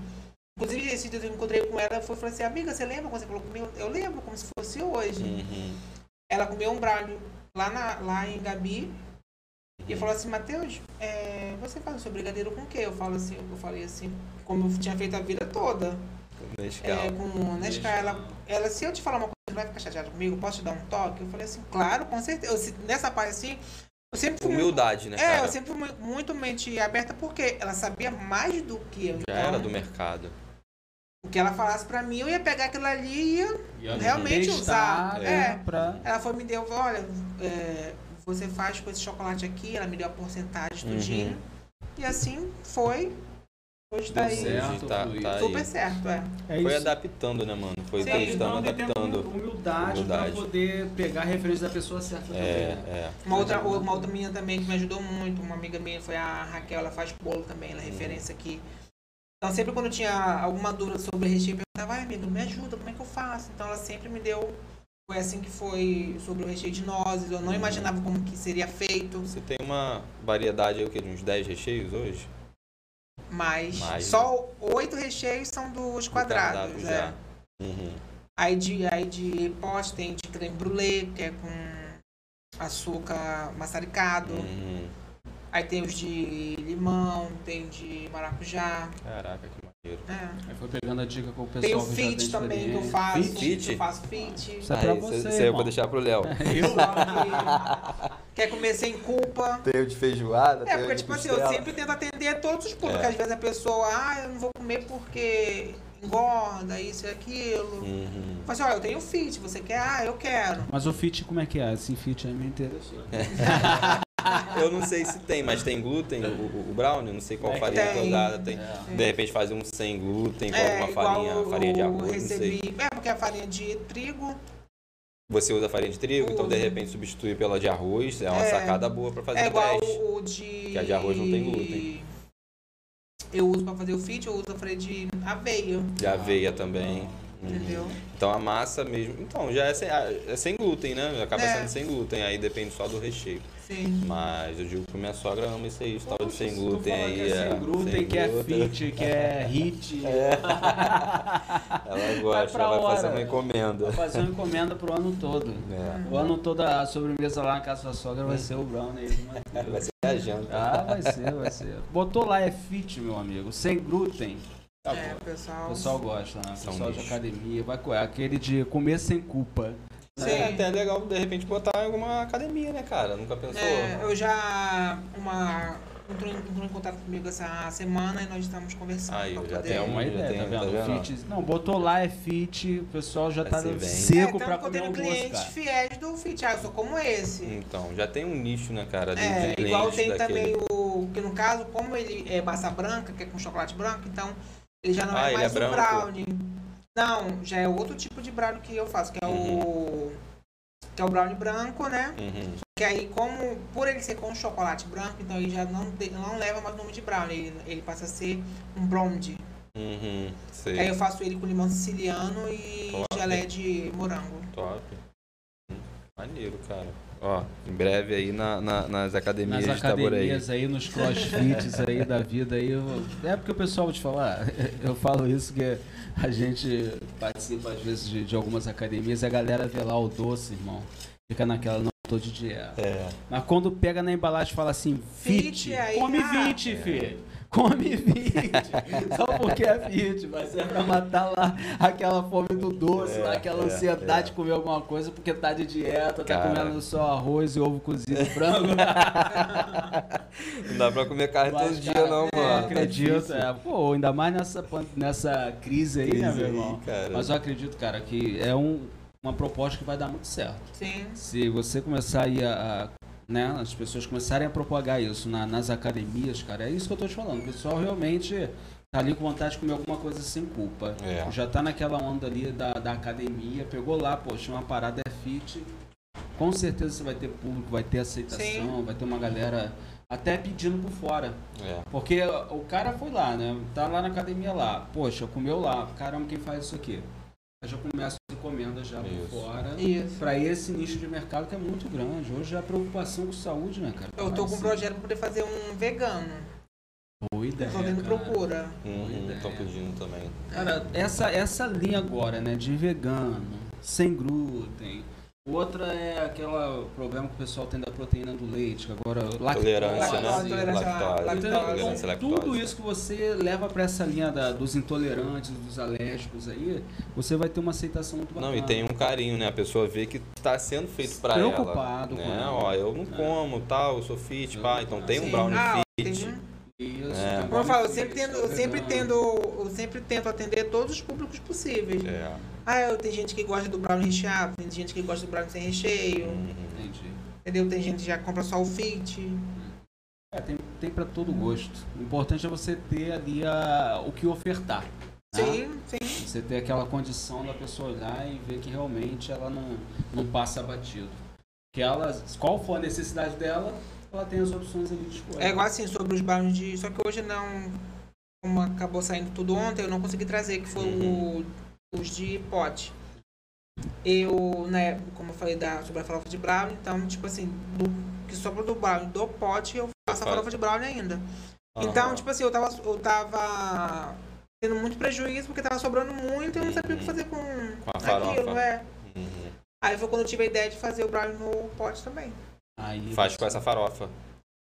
C: Inclusive, esse dia eu encontrei com ela, eu fui- falei assim, amiga, você lembra quando você falou comigo? Eu lembro, como se fosse hoje.
B: Uhum.
C: Ela comeu um bralho lá, na, lá em Gabi e falou assim, Matheus, é, você faz o seu brigadeiro com o quê? Eu, falo assim, eu falei assim, como eu tinha feito a vida toda,
B: Nescau.
C: é, com Nesca. Ela, ela, se eu te falar uma coisa, você vai ficar chateada comigo? Posso te dar um toque? Eu falei assim, claro, com certeza. Eu, se- nessa parte assim, eu sempre fui muito
B: Humildade, né,
C: é,
B: cara?
C: eu sempre fui mu- muito mente aberta porque ela sabia mais do que eu.
B: Já
C: Então,
B: era do mercado.
C: O que ela falasse pra mim, eu ia pegar aquilo ali e ia
A: E olha,
C: realmente usar.
D: Testar,
C: É.
D: né, pra-
C: Ela foi me deu, olha, é, você faz com esse chocolate aqui, ela me deu a porcentagem
B: Uhum.
C: tudinho. E assim foi. Hoje tá
A: Deu
C: aí.
A: certo,
B: tá,
A: fluiu.
B: tá aí.
C: Super certo, é.
D: É
B: Foi
D: isso.
B: adaptando, né, mano? Foi
C: Sim.
B: testando,
A: Então, tem
B: adaptando.
A: humildade,
B: Humildade.
A: pra poder pegar a referência da pessoa certa também.
B: É,
A: né?
B: é.
C: Uma outra, uma outra menina também que me ajudou muito, uma amiga minha foi a Raquel, ela faz bolo também,
B: Uhum.
C: ela é referência aqui. Então sempre quando eu tinha alguma dúvida sobre recheio, eu perguntava, ai amiga, me ajuda, como é que eu faço? Então ela sempre me deu, foi assim que foi sobre o recheio de nozes, eu
B: Uhum.
C: não imaginava como que seria feito,
B: Você tem uma variedade aí, o quê? De uns 10 recheios hoje?
C: mas
B: Mais,
C: só oito recheios são dos quadrados,
B: cardápio
C: né?
B: já. Uhum.
C: Aí de, aí de pote tem de creme brulee, que é com açúcar maçaricado,
B: Uhum.
C: aí tem os de limão, tem de maracujá,
B: Caraca, que dinheiro.
C: É.
A: Aí foi pegando a dica com o pessoal.
C: Tem o
A: que já
C: fit também que eu
A: experiência.
C: faço.
B: Fit?
C: Eu faço fit.
A: Isso é pra
B: Aí, isso-
A: você,
B: isso aí eu vou
A: irmão.
B: deixar pro Léo.
C: Só que Quer comer sem culpa.
E: Tem o de feijoada,
C: É,
E: tem
C: porque,
E: o de
C: tipo assim,
E: costela.
C: eu sempre tento atender a todos os
B: É.
C: públicos. Às vezes a pessoa, ah, eu não vou comer porque engorda, isso e aquilo.
B: Uhum.
C: Mas olha, eu tenho fit, você quer? Ah, eu quero.
A: Mas o fit, como é que é? Esse fit aí me interessou.
B: Eu não sei se tem, mas tem glúten, o, o- o brownie, eu não sei qual
F: Tem.
B: farinha que é usada. Tem.
F: É.
B: De repente faz um sem glúten, com
C: é,
B: alguma farinha,
C: igual
B: farinha de
C: eu
B: arroz, não sei.
C: recebi. É, porque a farinha de trigo.
B: Você usa farinha de trigo, então de
C: Uso.
B: repente substitui pela de arroz, é uma
C: É.
B: sacada boa pra fazer
C: é igual
B: teste.
C: o de.
B: que a de arroz não tem glúten.
C: Eu uso pra fazer o fit, eu uso a farinha de aveia,
B: De aveia também.
C: entendeu?
B: Então a massa mesmo. Então, já é sem, ah, é sem glúten, né? Acaba
C: É.
B: sendo sem glúten, aí depende só do recheio.
C: Sim.
B: Mas eu digo que minha sogra ama isso aí, esse tal de sem
F: Se tu falar
B: glúten aí.
F: que é sem glúten, que é
B: glúten.
F: fit, que é hit.
B: Ela
F: Vai
B: gosta,
F: pra
B: ela vai fazer
F: hora.
B: uma encomenda.
F: Vou fazer uma encomenda pro ano todo.
B: É.
F: O ano todo a sobremesa lá na casa da sogra vai ser o brownie. aí de manteiga.
B: É. Vai ser a janta.
F: Ah, vai ser, vai ser. Botou lá é fit, meu amigo. Sem glúten. Tá
C: É,
F: bom.
C: pessoal.
F: O pessoal gosta, né? O
B: São
F: pessoal de
B: bichos.
F: academia. Vai co- aquele de comer sem culpa.
C: Sim.
B: É, até legal de repente botar em alguma academia, né, cara? Nunca pensou?
C: É, eu já. Uma. Entrou, em- entrou em contato comigo essa semana e nós estamos conversando.
B: Aí,
C: pra
B: já um
C: poder-
B: tem
F: É uma
B: Já
F: ideia,
B: tem,
F: tá vendo?
B: tá vendo?
F: Fit- não, botou lá é fit, o pessoal já
B: Vai
F: tá
B: ser bem.
C: É,
F: seco
C: tanto
F: pra
C: que eu
F: comer
C: tenho
F: almoço,
C: clientes
F: cara.
C: fiéis do fit. Ah, eu sou como esse.
B: Então, já tem um nicho, né, cara? De, de
C: É,
B: cliente
C: igual tem
B: daquele.
C: também o. Que no caso, como ele é massa branca, que é com chocolate branco, então ele já não
B: Ah,
C: é
B: ele é
C: mais o
B: branco?
C: brownie. Não, já é outro tipo de brownie que eu faço, que é o. Que é o brownie branco, né?
B: Uhum.
C: Que aí, como por ele ser com chocolate branco, então ele já não, te- não leva mais o nome de brownie, ele, ele passa a ser um blonde.
B: Uhum. Sei.
C: Aí É, eu faço ele com limão siciliano e
B: Top.
C: gelé de morango.
B: Top. Hum, Maneiro, cara. Ó, em breve aí na- na- nas academias tá
A: Nas
B: de Taborei.
A: academias aí, nos crossfits aí da vida aí. eu- É porque o pessoal, vou te falar, eu falo isso que a gente participa às vezes de, de algumas academias e a galera vê lá o doce, irmão. Fica naquela, não tô de dieta.
B: É.
A: Mas quando pega na embalagem e fala assim, fit,
C: Fit aí,
A: come
C: ah.
A: 20, filho. Come 20. Só porque é fit, mas é pra matar lá aquela fome do doce, lá, aquela
B: é,
A: ansiedade de comer alguma coisa porque tá de dieta, tá
B: Cara.
A: comendo só arroz e ovo cozido e frango.
B: Não dá pra comer carne
A: Mas,
B: todo dia,
A: cara,
B: não,
A: é,
B: mano.
A: acredito, é. Pô, ainda mais nessa, pan- nessa crise aí, né,
B: Crise
A: meu
B: aí,
A: irmão?
B: cara.
A: Mas eu acredito, cara, que é um- uma proposta que vai dar muito certo.
C: Sim.
A: Se você começar aí a. a- né, as pessoas começarem a propagar isso na- nas academias, cara, é isso que eu tô te falando. O pessoal realmente tá ali com vontade de comer alguma coisa sem culpa.
B: É.
A: Já tá naquela onda ali da, da academia, pegou lá, poxa, uma parada é fit. Com certeza você vai ter público, vai ter aceitação,
C: Sim.
A: vai ter uma galera até pedindo por fora.
B: É.
A: Porque o cara foi lá, né? Tá lá na academia lá. Poxa, comeu lá. Caramba, quem faz isso aqui? Eu já começo as encomendas já
B: Isso.
A: por fora.
C: Isso.
A: Pra esse nicho de mercado que é muito grande. Hoje a preocupação com saúde, né, cara?
C: Eu
B: Ah,
C: tô com um
A: Assim,
C: projeto pra poder fazer um vegano.
A: Boa ideia,
B: É,
C: Tô tendo
A: cara.
C: procura.
B: Uhum, tô pedindo também.
A: Cara, essa, essa linha agora, né, de vegano, sem glúten. Outra é aquela problema que o pessoal tem da proteína do leite, que agora lactose.
B: Tolerância, né?
C: Lactose, tolerância à
B: Lactose.
C: lactose.
A: Então,
B: Tolerância à
A: então,
B: é lactose. né?
A: tudo isso que você leva pra essa linha da- dos intolerantes, dos alérgicos aí, você vai ter uma aceitação muito bacana.
B: Não, e tem um carinho, né? A pessoa vê que tá sendo feito pra ela.
A: Preocupado com
B: né?
A: ela.
B: Ó, eu não como, tal, eu sou fit,
A: Eu
B: pá.
A: não
B: Então
A: como.
B: tem um
C: Sim.
B: brownie
C: Ah,
B: fit.
C: tem um-
A: Isso,
B: É.
A: tem
C: Como eu falo, eu
A: vários
C: sempre
A: tipos,
C: tendo, eu sempre
A: vegano.
C: tendo, eu sempre tento atender todos os públicos possíveis.
B: É.
C: Ah, eu tem gente que gosta do brownie recheado, tem gente que gosta do brownie sem recheio,
B: Uhum.
A: Entendi.
C: entendeu? Tem gente que já compra só o fit.
A: É, tem, tem para todo gosto. O importante é você ter ali a, o que ofertar. né?
C: Sim, sim.
A: Você ter aquela condição da pessoa olhar e ver que realmente ela não, não passa batido. Que ela, qual for a necessidade dela, ela tem as opções ali de escolha.
C: É igual assim, sobre os brownies de... Só que hoje não... Como acabou saindo tudo ontem, eu não consegui trazer, que foi o- os de pote. Eu, na época, como eu falei da, sobre a farofa de brownie, então, tipo assim, do, que sobra do brownie, do pote, eu faço a farofa de brownie ainda. Então,
B: Aham.
C: tipo assim, eu tava, eu tava tendo muito prejuízo porque tava sobrando muito e eu não sabia o que fazer com,
B: a Uhum. farofa.
C: aquilo, é.
B: Uhum.
C: Aí foi quando eu tive a ideia de fazer o brownie no pote também.
A: Aí
B: Faz com essa farofa.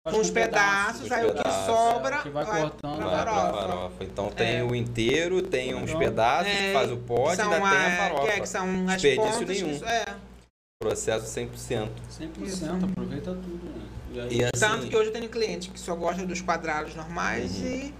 A: Faz
C: Com os
A: com
C: pedaços,
B: pedaços,
C: aí o que
B: pedaços,
C: sobra
D: que vai cortando,
C: pra
B: Vai pra
C: farofa.
B: farofa. Então tem
C: É.
B: o inteiro, tem uns
D: Legal.
B: pedaços,
C: É,
B: faz o pote,
C: são
B: ainda tem a
C: que é,
B: farofa.
C: que são as
B: Desperdício
C: pontas,
B: nenhum.
C: isso, é.
B: Processo 100%.
A: 100%, aproveita tudo, né? E aí,
B: E assim,
C: Tanto que hoje eu tenho cliente que só gosta dos quadrados normais
B: Uhum.
C: e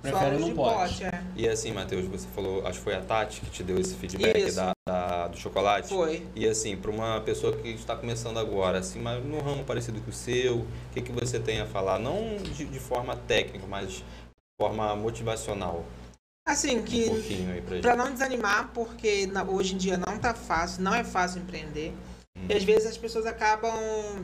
A: Prefere
C: só os
A: no
C: de
A: pote.
C: pote, é.
B: e assim, Matheus, você falou, acho que foi a Tati que te deu esse feedback
C: Isso.
B: da, da- do chocolate.
C: Foi.
B: E assim, para uma pessoa que está começando agora, assim, mas num ramo parecido com o seu, o que, que você tem a falar? Não de, de forma técnica, mas de forma motivacional.
C: Assim,
B: Um
C: que
B: pouquinho aí pra gente.
C: Pra não desanimar, porque na- hoje em dia não tá fácil, não é fácil empreender.
B: Hum.
C: E às vezes as pessoas acabam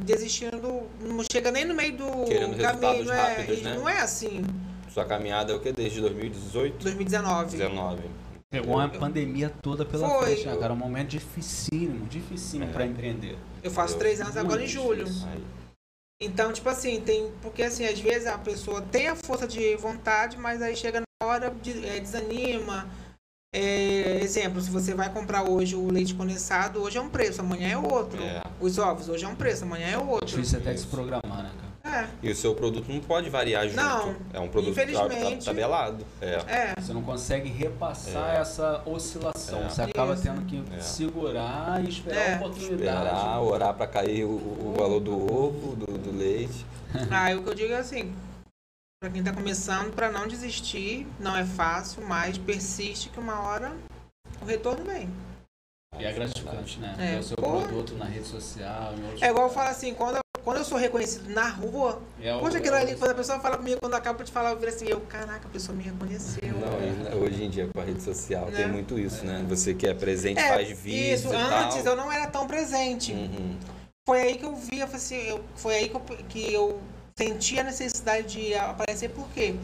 C: desistindo, não chega nem no meio do
B: Querendo resultados
C: caminho, é,
B: rápidos,
C: e
B: né?
C: não é assim,
B: Sua caminhada é o que? Desde 2018?
C: 2019.
B: 19.
D: Pegou uma pandemia toda pela
C: Foi.
D: frente, né, cara? Um momento dificílimo, dificílimo
B: É.
D: pra empreender.
C: Eu faço três anos agora em julho.
B: Aí.
C: Então, tipo assim, tem. Porque assim, às vezes a pessoa tem a força de vontade, mas aí chega na hora, de- é, desanima. É, exemplo, se você vai comprar hoje o leite condensado, hoje é um preço, amanhã é outro.
B: É.
C: Os ovos, hoje é um preço, amanhã é outro.
D: Difícil até
B: Isso.
D: desprogramar, né, cara?
C: É,
B: E o seu produto não pode variar junto.
C: Não,
B: É um produto
C: infelizmente.
B: ta- tabelado. É.
C: é.
D: Você não consegue repassar
B: É.
D: essa oscilação.
B: É.
D: Você acaba
C: Isso.
D: tendo que
B: É.
D: segurar e esperar um
C: É.
D: a oportunidade.
B: Esperar, orar para cair o, o- o valor do ovo, do, do leite.
C: Ah, o que eu digo é assim, pra quem tá começando, pra não desistir, não é fácil, mas persiste que uma hora o retorno vem.
D: E é gratificante, né?
C: É.
D: Ver o seu
C: Porra.
D: produto na rede social. Em outros
C: É igual eu
D: lugares.
C: falo assim, quando eu, quando eu sou reconhecido na rua,
D: É o-
C: poxa, aquilo ali, quando a pessoa fala comigo, quando acaba de falar, eu viro assim, eu, caraca, a pessoa me reconheceu.
B: Não, e na- hoje em dia com a rede social tem
C: Né?
B: muito isso, né? Você que é presente
C: É,
B: faz vídeos
C: isso,
B: e
C: antes
B: tal.
C: eu não era tão presente.
B: Uhum.
C: Foi aí que eu vi, eu falei assim, eu- foi aí que eu, que eu senti a necessidade de aparecer, porque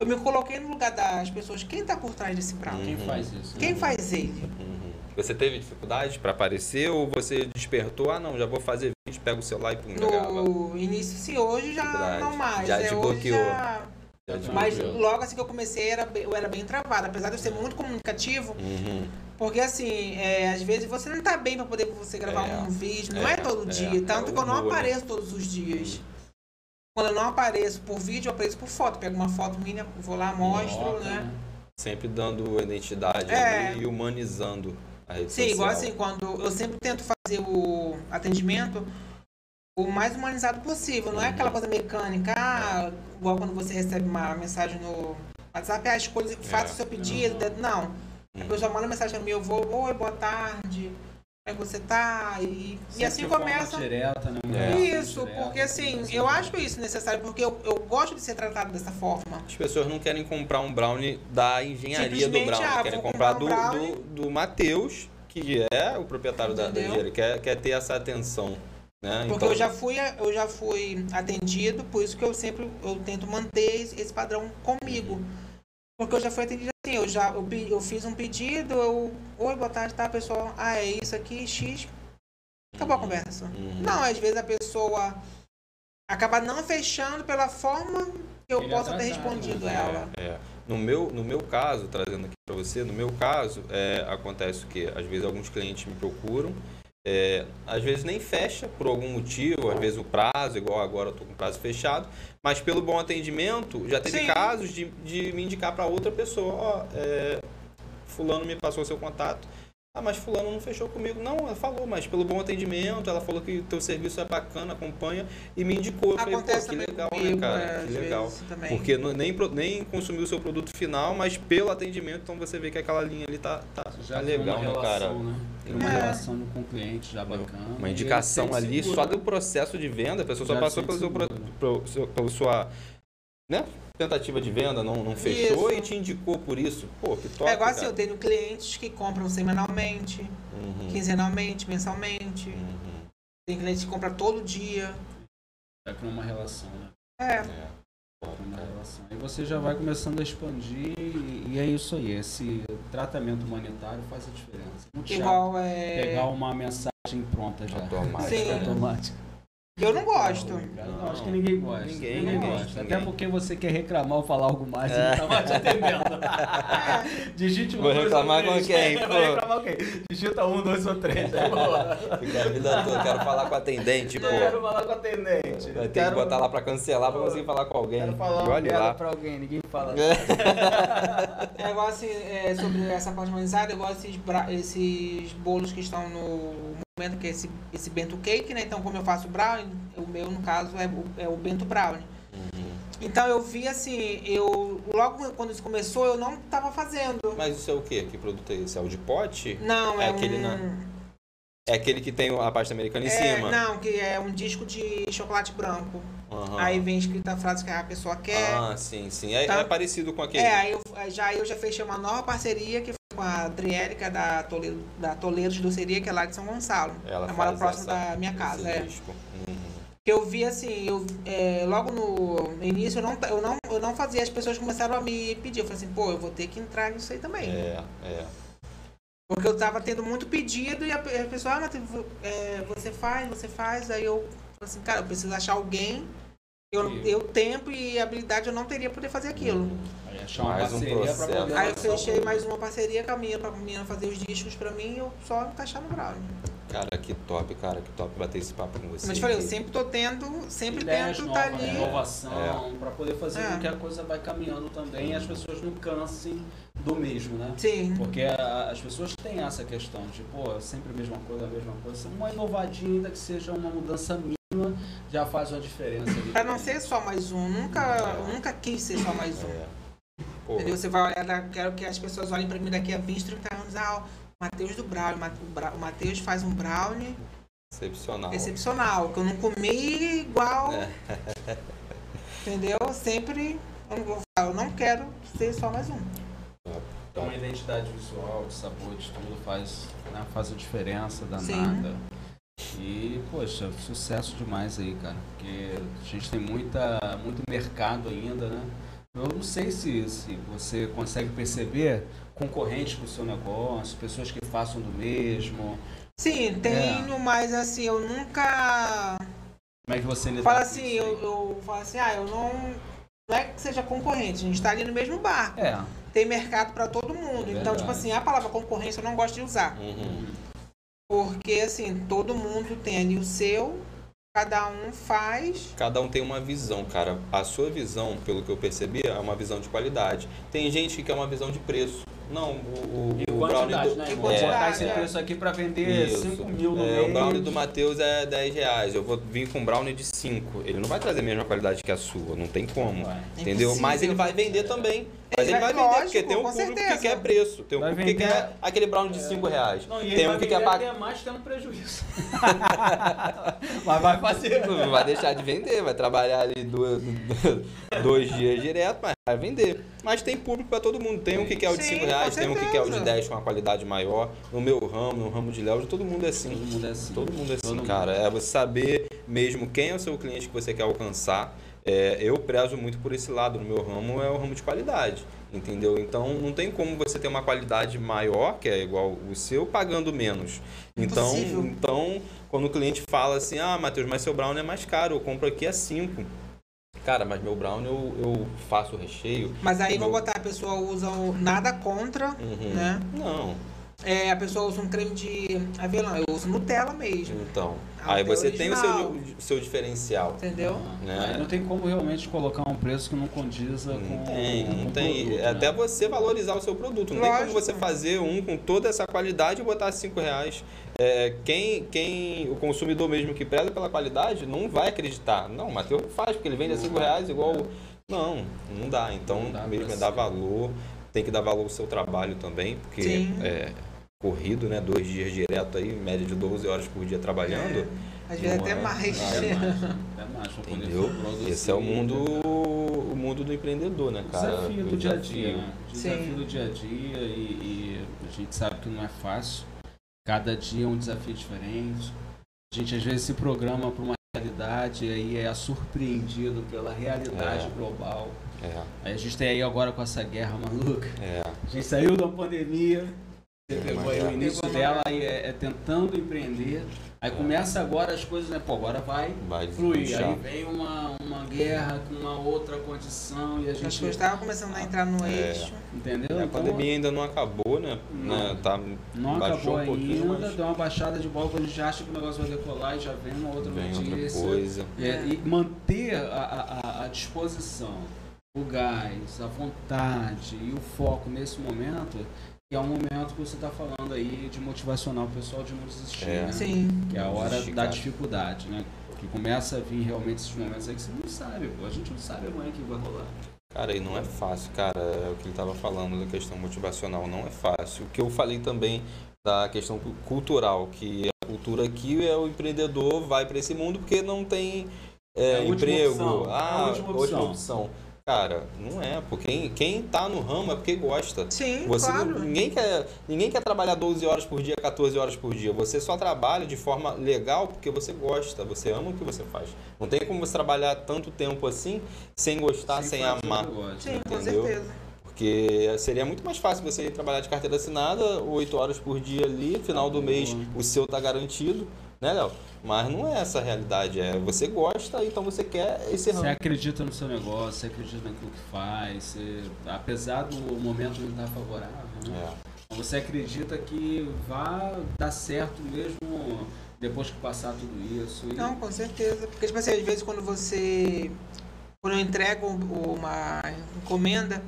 C: eu me coloquei no lugar das pessoas. Quem tá por trás desse
B: Hum.
C: prato?
D: Quem faz isso? né?
C: Quem faz ele?
B: Uhum. Você teve dificuldade para aparecer ou você despertou? Ah, não, já vou fazer vídeo, pega o celular e pum, já grava.
C: No início, sim, hoje já
B: Verdade.
C: não mais.
B: Já Uhum.
C: é,
B: te
C: hoje
B: bloqueou.
C: já-
B: Já te
C: Mas
B: bloqueou.
C: logo assim que eu comecei, era bem- eu era bem travada. Apesar de eu ser muito comunicativo,
B: Uhum.
C: porque assim, é, às vezes você não tá bem pra poder você gravar
B: É.
C: um vídeo. Não é,
B: É,
C: todo
B: é.
C: dia. Tanto
B: É o
C: que eu
B: humor,
C: não
B: né? Uhum.
C: apareço todos os dias. Quando eu não apareço por vídeo, eu apareço por foto. Pego uma foto minha, vou lá, mostro,
D: Nota,
C: né?
B: Sempre dando identidade
C: É.
B: ali e humanizando a rede
C: Sim,
B: social.
C: igual assim, quando eu sempre tento fazer o atendimento o mais humanizado possível, não é aquela coisa mecânica, ah, igual quando você recebe uma mensagem no WhatsApp, ah, escolha, faça o seu pedido, não. Hum. A pessoa manda mensagem pra mim, eu vou, oi, boa tarde, como é que você tá? E, e
D: Sempre
C: assim
D: de forma
C: começa.
D: Direta, né? Uma
B: É.
D: relação
C: Isso,
D: direta,
C: porque assim,
D: assim,
C: eu acho isso necessário, porque eu, eu gosto de ser tratado dessa forma.
B: As pessoas não querem comprar um brownie da engenharia do
C: Simplesmente,
B: brownie,
C: ah,
B: querem
C: vou
B: comprar, do,
C: comprar um
B: do, do Matheus, que é o proprietário da, da
C: Entendeu?
B: engenharia, quer, quer ter essa atenção. Né?
C: Porque
B: Então,
C: eu já fui, eu já fui atendido, por isso que eu sempre eu tento manter esse esse padrão comigo.
B: Uhum.
C: Porque eu já fui atendido assim, eu já eu, pe- eu fiz um pedido, eu. Oi, boa tarde, tá, pessoal? Ah, é isso aqui, X. Acabou a conversa.
B: Uhum.
C: Não, às vezes a pessoa acaba não fechando pela forma que eu
D: Ele
C: possa ter
D: atrasado,
C: respondido
B: É,
C: ela.
B: é. No, meu, no meu caso, trazendo aqui para você, no meu caso, é, acontece o quê? Às vezes alguns clientes me procuram, é, às vezes nem fecha por algum motivo, às vezes o prazo, igual agora eu tô com o prazo fechado, mas pelo bom atendimento, já teve
C: Sim.
B: casos de, de me indicar para outra pessoa, ó, é, fulano me passou seu contato. Ah, mas fulano não fechou comigo. Não, ela falou, mas pelo bom atendimento, ela falou que teu serviço é bacana, acompanha e me indicou. Eu falei, pô,
C: Acontece
B: que
C: também
B: legal, né,
C: comigo, é,
B: cara? Que
C: às
B: legal.
C: vezes também.
B: Porque não- nem, pro- nem consumiu o seu produto final, mas pelo atendimento, então você vê que aquela linha ali tá, tá,
D: Isso
B: tá
D: Já cria
B: legal,
D: uma
B: né, cara?
D: relação, né? Cria uma
C: É.
D: relação com o cliente já bacana.
B: Uma indicação
D: E ele
B: ali
D: sente
B: só
D: seguro,
B: do processo de venda, a pessoa só
D: Já
B: passou
D: sente
B: pelo seu, pro,
D: seguro, né?
B: pro- seu- pelo sua né, tentativa de venda, não, não fechou
C: Isso.
B: e te indicou por isso. Pô, que top,
C: É igual assim,
B: cara.
C: eu tenho clientes que compram semanalmente,
B: Uhum,
C: quinzenalmente, mensalmente.
B: uhum,
C: Tem cliente que compra todo dia.
D: Já cria uma relação, né?
C: É.
B: é.
D: Cria uma relação. E você já vai começando a expandir e e é isso aí. Esse tratamento humanitário faz a diferença. Muito chato
C: Igual é.
D: pegar uma mensagem pronta já.
B: Automática,
C: Sim.
B: né?
D: Automática.
C: Eu não gosto.
A: Cara, eu
B: Não.
A: acho que ninguém gosta.
B: Ninguém,
A: gosta.
B: ninguém,
A: Até
B: ninguém.
A: porque você quer reclamar ou falar algo mais, ele tá mais te atendendo. Digite um,
B: Vou
A: dois
B: reclamar
A: ou três.
B: com quem,
A: Vou
B: pô?
A: reclamar com quem? Digita um, dois ou três. Aí, boa.
B: Fica a vida toda, quero falar com o atendente, pô.
A: Quero falar com o atendente.
B: Tipo, Vai ter que
A: Quero-
B: botar lá pra cancelar pra conseguir falar com alguém.
A: Quero falar
B: E
A: uma
B: olha
A: piada
B: lá.
A: pra alguém, ninguém fala. assim.
C: É, eu gosto é, sobre essa parte humanizada, eu gosto desses bra- esses bolos que estão no momento, que é esse, esse bento cake, né? Então, como eu faço brownie, o meu, no caso, é o, é o bento brownie.
B: Uhum.
C: Então, eu vi assim, eu logo quando isso começou, eu não tava fazendo.
B: Mas isso é o quê? Que produto é esse? É o de pote?
C: Não, é,
B: É aquele
C: um...
B: na- É aquele que tem a pasta americana em
C: é,
B: cima?
C: Não, que é um disco de chocolate branco.
B: Aham.
C: Aí vem escrita a frase que a pessoa quer.
B: Ah, sim, sim. É,
C: Tá.
B: é parecido com aquele.
C: É, aí eu, já, eu já fechei uma nova parceria que foi com a Adriérica da Toledo, da Toledo de Doceria, que é lá de São Gonçalo.
B: Ela
C: Ela mora
B: faz
C: é próximo
B: essa-
C: da minha casa.
B: esse
C: É.
B: disco. Uhum.
C: Eu vi assim, eu, é, logo no, no início eu não, eu, não, eu não fazia, as pessoas começaram a me pedir. Eu falei assim, pô, eu vou ter que entrar nisso aí também.
B: É, é.
C: Porque eu tava tendo muito pedido e a, pe- a pessoa, ah, mas tu- é, você faz, você faz. Aí eu falei assim, cara, eu preciso achar alguém. Eu, eu tempo e habilidade eu não teria pra poder fazer aquilo.
A: Aí, achar uma
B: Mais um
A: parceria pra
B: processo.
A: poder
C: Aí eu
A: lançar um
C: fechei
A: produto.
C: mais uma parceria com a minha, pra menina fazer os discos pra mim e eu só encaixar no brownie.
B: Cara, que top, cara, que top bater esse papo com você.
C: Mas eu falei, eu sempre tô tendo, sempre
A: ideias
C: tento tá
A: novas, né?
C: ali.
A: inovação, pra poder fazer
C: É.
A: com que a coisa vai caminhando também e as pessoas não cansem do mesmo, né?
C: Sim.
A: Porque a- as pessoas têm essa questão de, pô, é sempre a mesma coisa, a mesma coisa. Uma inovadinha, ainda que seja uma mudança mínima, já faz uma diferença. ali.
C: Pra não ser só mais um, nunca, eu nunca quis ser só mais um.
B: É. Pô,
C: Entendeu? Você vai olhar, da- quero que as pessoas olhem pra mim daqui a 20, 30 anos, ah, o Matheus do brownie, Ma- o Bra- o Matheus faz um brownie
B: excepcional.
C: excepcional, que eu não comi igual.
A: É.
C: Entendeu? Sempre, eu não, vou falar, eu não quero ser só mais um.
A: Então, uma identidade visual, de sabor, de tudo faz, né, faz a diferença
C: Sim. né?
A: danada. E, poxa, sucesso demais aí, cara. Porque a gente tem muita, muito mercado ainda, né? Eu não sei se, se você consegue perceber concorrentes pro seu negócio, pessoas que façam do mesmo.
C: Sim, tenho, mas assim, eu nunca.
A: Como é que você lida
C: Fala
A: com
C: assim,
A: isso aí?
C: eu, eu falo assim, ah, eu não. Não é que seja concorrente, a gente tá ali no mesmo barco.
A: É,
C: Tem mercado pra todo mundo. então,
A: Verdade.
C: tipo assim, a palavra concorrência eu não gosto de usar.
A: Hum.
B: Uhum.
C: Porque, assim, todo mundo tem ali o seu, cada um faz.
B: Cada um tem uma visão, cara. A sua visão, pelo que eu percebi, é uma visão de qualidade. Tem gente que quer uma visão de preço. Não, o, o,
A: E
B: o
A: quantidade,
B: brownie do...
A: né?
C: E
A: Vou botar
C: quantidade,
A: esse
C: é.
A: preço aqui pra vender
B: Isso.
A: 5 mil no
B: É,
A: mês.
B: o brownie do Matheus é 10 reais. Eu vou vir com um brownie de 5. Ele não vai trazer a mesma qualidade que a sua, não tem como.
A: Vai.
C: É
B: Entendeu?
C: impossível.
B: Mas ele vai vender também. Mas ele vai
C: vai-
B: vender, porque
C: lógico,
B: tem um
C: com
B: público
C: certeza.
B: que quer preço. Tem um
A: Vai
B: público que
A: vender-
B: quer aquele brownie de 5 reais.
A: Não, e ele
B: tem
A: vai
B: um que
A: vender
B: quer pagar.
A: até mais tendo prejuízo. Mas vai fazer.
B: Não vai deixar de vender, vai trabalhar ali duas- dois dias direto, mas vai vender. Mas tem público pra todo mundo. Tem um que quer o de
C: Sim,
B: 5 reais,
C: com
B: tem um que quer o de
C: certeza.
B: 10 com uma qualidade maior. No meu ramo, no ramo de Léo, todo mundo é assim.
A: Todo mundo é assim.
B: Todo mundo é assim,
A: Todo mundo.
B: cara. É você saber mesmo quem é o seu cliente que você quer alcançar. É, eu prezo muito por esse lado. No meu ramo é o ramo de qualidade, entendeu? Então não tem como você ter uma qualidade maior, que é igual o seu, pagando menos. Então,
C: Impossível.
B: então quando o cliente fala assim: Ah, Matheus, mas seu brown é mais caro, eu compro aqui a 5. Cara, mas meu brown eu, eu faço o recheio.
C: Mas aí vou
B: Não.
C: botar, a pessoa usa o- nada contra,
B: Uhum.
C: né?
B: Não,
C: É, a pessoa usa um creme de avelã, eu uso Nutella mesmo,
B: então.
C: Ah,
B: aí
C: tem
B: você tem o seu,
C: original.
B: o seu diferencial.
C: entendeu?
B: Né?
C: é
A: Aí Não tem como realmente colocar um preço que não condiza
B: Não
A: com.
B: tem,
A: com
B: não
A: o
B: tem. É
A: produto, né?
B: Até você valorizar o seu produto. Não tem como
C: Lógico.
B: você fazer um com toda essa qualidade e botar cinco reais. É, quem, quem, o consumidor mesmo que preza pela qualidade, não vai acreditar. Não, o Matheus não faz, porque ele vende a cinco reais igual... Não, não dá. Então,
A: Não dá
B: mesmo
A: pra
B: é dar
A: ser.
B: valor. Tem que dar valor ao seu trabalho também, porque
C: Sim.
B: é corrido, né? Dois dias direto aí, média de 12 horas por dia trabalhando.
C: Às vezes
B: Não
C: até
B: é-
C: mais.
A: Até mais, né? Até mais. pra poder
B: Entendeu?
A: produzir.
B: Esse é o mundo, o mundo do empreendedor, né,
A: O
B: cara?
A: desafio do
B: O
A: dia a dia. né? O
C: Sim.
A: Desafio do dia a dia e, e a gente sabe que não é fácil. Cada dia é um desafio diferente. A gente às vezes se programa para uma realidade e aí é surpreendido pela realidade
B: É.
A: global.
B: É,
A: Aí a gente tem aí agora com essa guerra maluca.
B: é.
A: A gente saiu da pandemia, você pegou aí o
B: Pegou
A: início
C: uma
A: dela e é, é tentando empreender. Aí começa agora as coisas, né? Pô, agora vai,
B: Vai É,
A: fluir.
B: deslanchar.
A: Aí vem uma, uma guerra com uma outra condição e a
C: As
A: gente.
C: coisas tá estavam começando a entrar no eixo.
A: Entendeu?
B: É A
A: Então,
B: pandemia ainda não acabou, né?
A: Não.
B: Né, tá,
A: Não acabou
B: baixou um pouquinho,
A: ainda,
B: mas
A: deu uma baixada de bola, quando a gente acha que o negócio vai decolar e já vem uma outra
B: vem outra
A: notícia.
B: coisa.
A: É, e manter a, a- a, a disposição, o gás, a vontade e o foco nesse momento, que é um momento que você está falando aí de motivacional pro pessoal de não desistir,
B: É.
A: né?
C: Sim.
A: que é a hora
B: Desistir,
A: da
B: cara.
A: dificuldade, né? Que começa a vir realmente esses momentos aí que você não sabe, pô. A gente não sabe amanhã o que vai rolar.
B: Cara, e não é fácil, cara. É o que ele tava falando da questão motivacional, não é fácil. O que eu falei também da questão cu- cultural, que é a cultura aqui é o empreendedor vai para esse mundo porque não tem é,
A: É a última
B: emprego.
A: opção. É
B: Ah,
A: a última opção.
B: última opção. Cara, não é, pô. Quem, quem tá no ramo é porque gosta.
C: Sim,
B: Você não-
C: claro.
B: ninguém, quer, ninguém quer trabalhar 12 horas por dia, 14 horas por dia. Você só trabalha de forma legal porque você gosta, você ama o que você faz. Não tem como você trabalhar tanto tempo assim sem gostar, sem,
A: fazer o
B: amar.
A: um negócio. né?
C: Sim, com
B: entendeu?
C: certeza.
B: Porque seria muito mais fácil você ir trabalhar de carteira assinada, 8 horas por dia ali, final do mês o seu tá garantido, né, Léo? Mas não é essa a realidade, é você gosta, então você quer esse
A: Você é
B: ramo.
A: acredita no seu negócio, você acredita naquilo que faz, você- apesar do momento não estar favorável, né?
B: É.
A: Você acredita que vai dar certo mesmo depois que passar tudo isso? E
C: Não, com certeza. Porque, tipo assim, às vezes quando você. Quando eu entrego um, uma encomenda,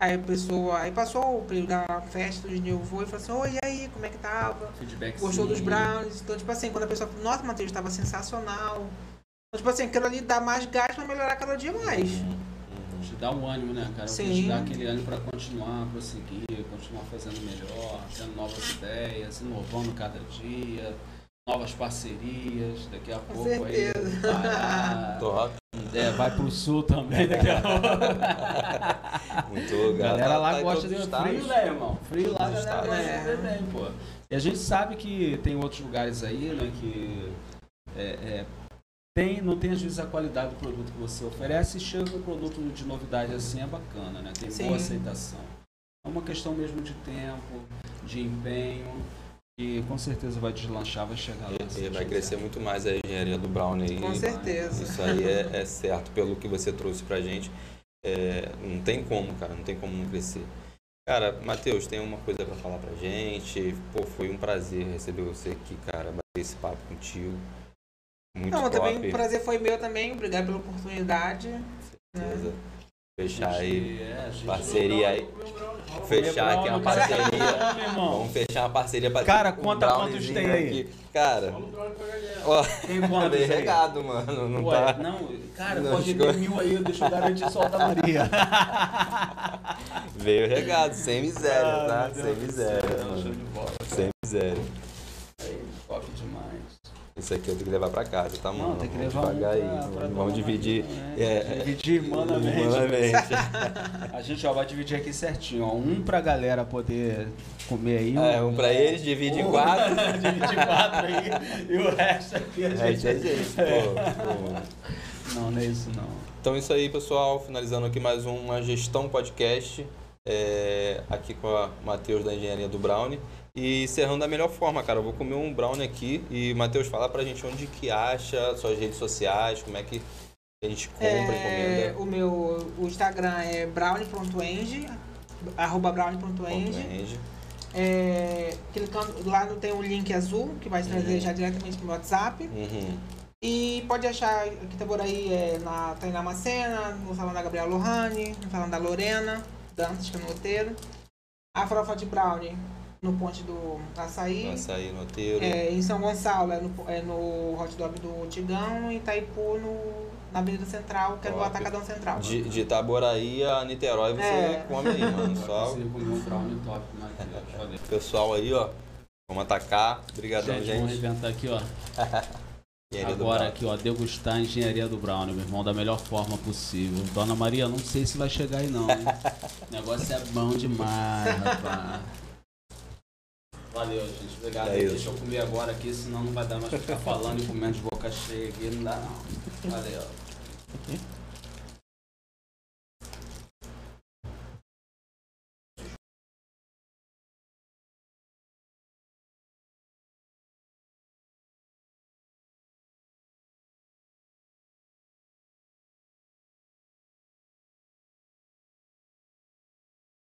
C: aí a pessoa. Aí passou o período da festa, onde eu vou e falou assim: Oi, e aí, como é que tava?
A: feedback
C: Gostou
A: sim.
C: dos brownies? Então, tipo assim, quando a pessoa fala: Nossa, Matheus, tava sensacional. Então, tipo assim, aquilo ali dá mais gás pra melhorar cada dia mais.
B: Uhum.
A: Te dá um ânimo, né, cara?
C: Sim.
A: Te dá aquele ânimo pra continuar, prosseguir, continuar fazendo melhor, tendo novas ideias, inovando cada dia, novas parcerias. Daqui a
C: Com
A: pouco aí.
C: certeza.
A: Pará,
B: Top,
A: é, vai pro sul também daqui a pouco.
B: muito lugar.
A: A galera
B: Tá-
A: lá
B: tá em
A: gosta
B: todos
A: de
B: os
A: frio,
B: estados.
A: né, irmão? Frio lá, a
B: Todos os
A: galera gosta de
C: estados.
A: comer bem, pô. E a gente sabe que tem outros lugares aí, né, que é, é, tem, não tem às vezes a qualidade do produto que você oferece e chega um produto de novidade assim, é bacana, né? Tem boa
C: Sim.
A: aceitação. É uma questão mesmo de tempo, de empenho, e com certeza vai deslanchar, vai chegar lá.
B: E- e
A: se
B: vai
A: quiser.
B: crescer muito mais a engenharia do Brown aí.
C: Com certeza.
B: Isso aí é, é certo, pelo que você trouxe pra gente. É, não tem como, cara, não tem como não crescer. Cara, Matheus, tem uma coisa pra falar pra gente. Pô, foi um prazer receber você aqui, cara, bater esse papo contigo. é Muito
C: Não,
B: top.
C: também o prazer né? foi meu também. Obrigado pela oportunidade.
B: certeza. Fechar
A: A
B: aí,
A: gente- é, a gente- um
B: parceria aí. Fechar aqui uma
A: Brownie, cara.
B: parceria.
A: Vamos, irmão.
B: Vamos fechar uma parceria pra
D: Cara,
B: um
D: conta quantos tem aí.
B: browniezinho aqui. Cara, ó,
A: Tem
B: tá
A: quantos
B: bem
A: aí?
B: regado, mano. Não
A: Ué,
B: tá.
A: não, cara,
B: Não,
A: pode
B: chegou.
A: ter mil aí, deixa eu garantir só o da Maria.
B: Veio regado, sem miséria, tá?
A: Ah, meu Deus
B: Sem
A: do
B: miséria,
A: céu,
B: mano.
A: show de bola.
B: Sem miséria.
A: Aí, Top demais.
B: Isso aqui eu tenho que levar pra casa, tá, mano?
A: Não, tem que
B: Vamos
A: levar um
B: devagar aí.
A: pra- pra
B: Vamos,
A: tomar
B: vamos dividir.
A: também.
B: É,
A: Dividir humanamente.
B: Humanamente.
A: A gente ó, vai dividir aqui certinho, ó. Um pra galera poder comer aí.
B: É, um pra eles, divide em
A: Um-
B: quatro.
A: dividir quatro aí. E o resto aqui a
B: É,
A: gente.
B: gente, é gente, pô, pô.
A: Não, não é isso não.
B: Então é isso aí, pessoal. Finalizando aqui mais um, uma gestão podcast. é, aqui com a Matheus da Engenharia do Brownie. E encerrando da melhor forma, cara. Eu vou comer um brownie aqui. E, Matheus, fala pra gente onde que acha, suas redes sociais, como é que a gente compra, né?
C: É,
B: encomenda.
C: o meu o Instagram é brownie.eng, arroba brownie.eng.
B: Compreende.
C: É, clicando, lá não tem um link azul que vai te trazer já diretamente pro meu WhatsApp.
B: Uhum.
C: E pode achar aqui tá por aí é, na Tainá Macena, no salão da Gabriela Lohane, no salão da Lorena, Dantas, que é no roteiro. A farofa de brownie no ponte do açaí.
B: Açaí no roteiro.
C: É, em São Gonçalo, é no, é no hot dog do Tigão, em Itaipu, no, na Avenida Central, que é do
B: Top.
C: Atacadão Central.
B: De, de Itaboraí a Niterói você
C: É.
B: come aí, mano. Só
A: Consigo comer um brownie top, Matheus. Olha.
B: o pessoal aí, ó. Vamos atacar. Obrigadão,
A: Gente, vamos
B: gente.
A: arrebentar aqui, ó.
B: Engenharia do
A: Agora
B: Brau.
A: aqui, ó, degustar a engenharia do Brownie, meu irmão, da melhor forma possível. Dona Maria, não sei se vai chegar aí não, hein? O negócio é bom demais, rapaz. Valeu, gente. Obrigado.
B: É isso.
A: Deixa eu comer agora aqui, senão não vai dar mais pra ficar falando e comendo de boca cheia aqui. Não dá não. Valeu.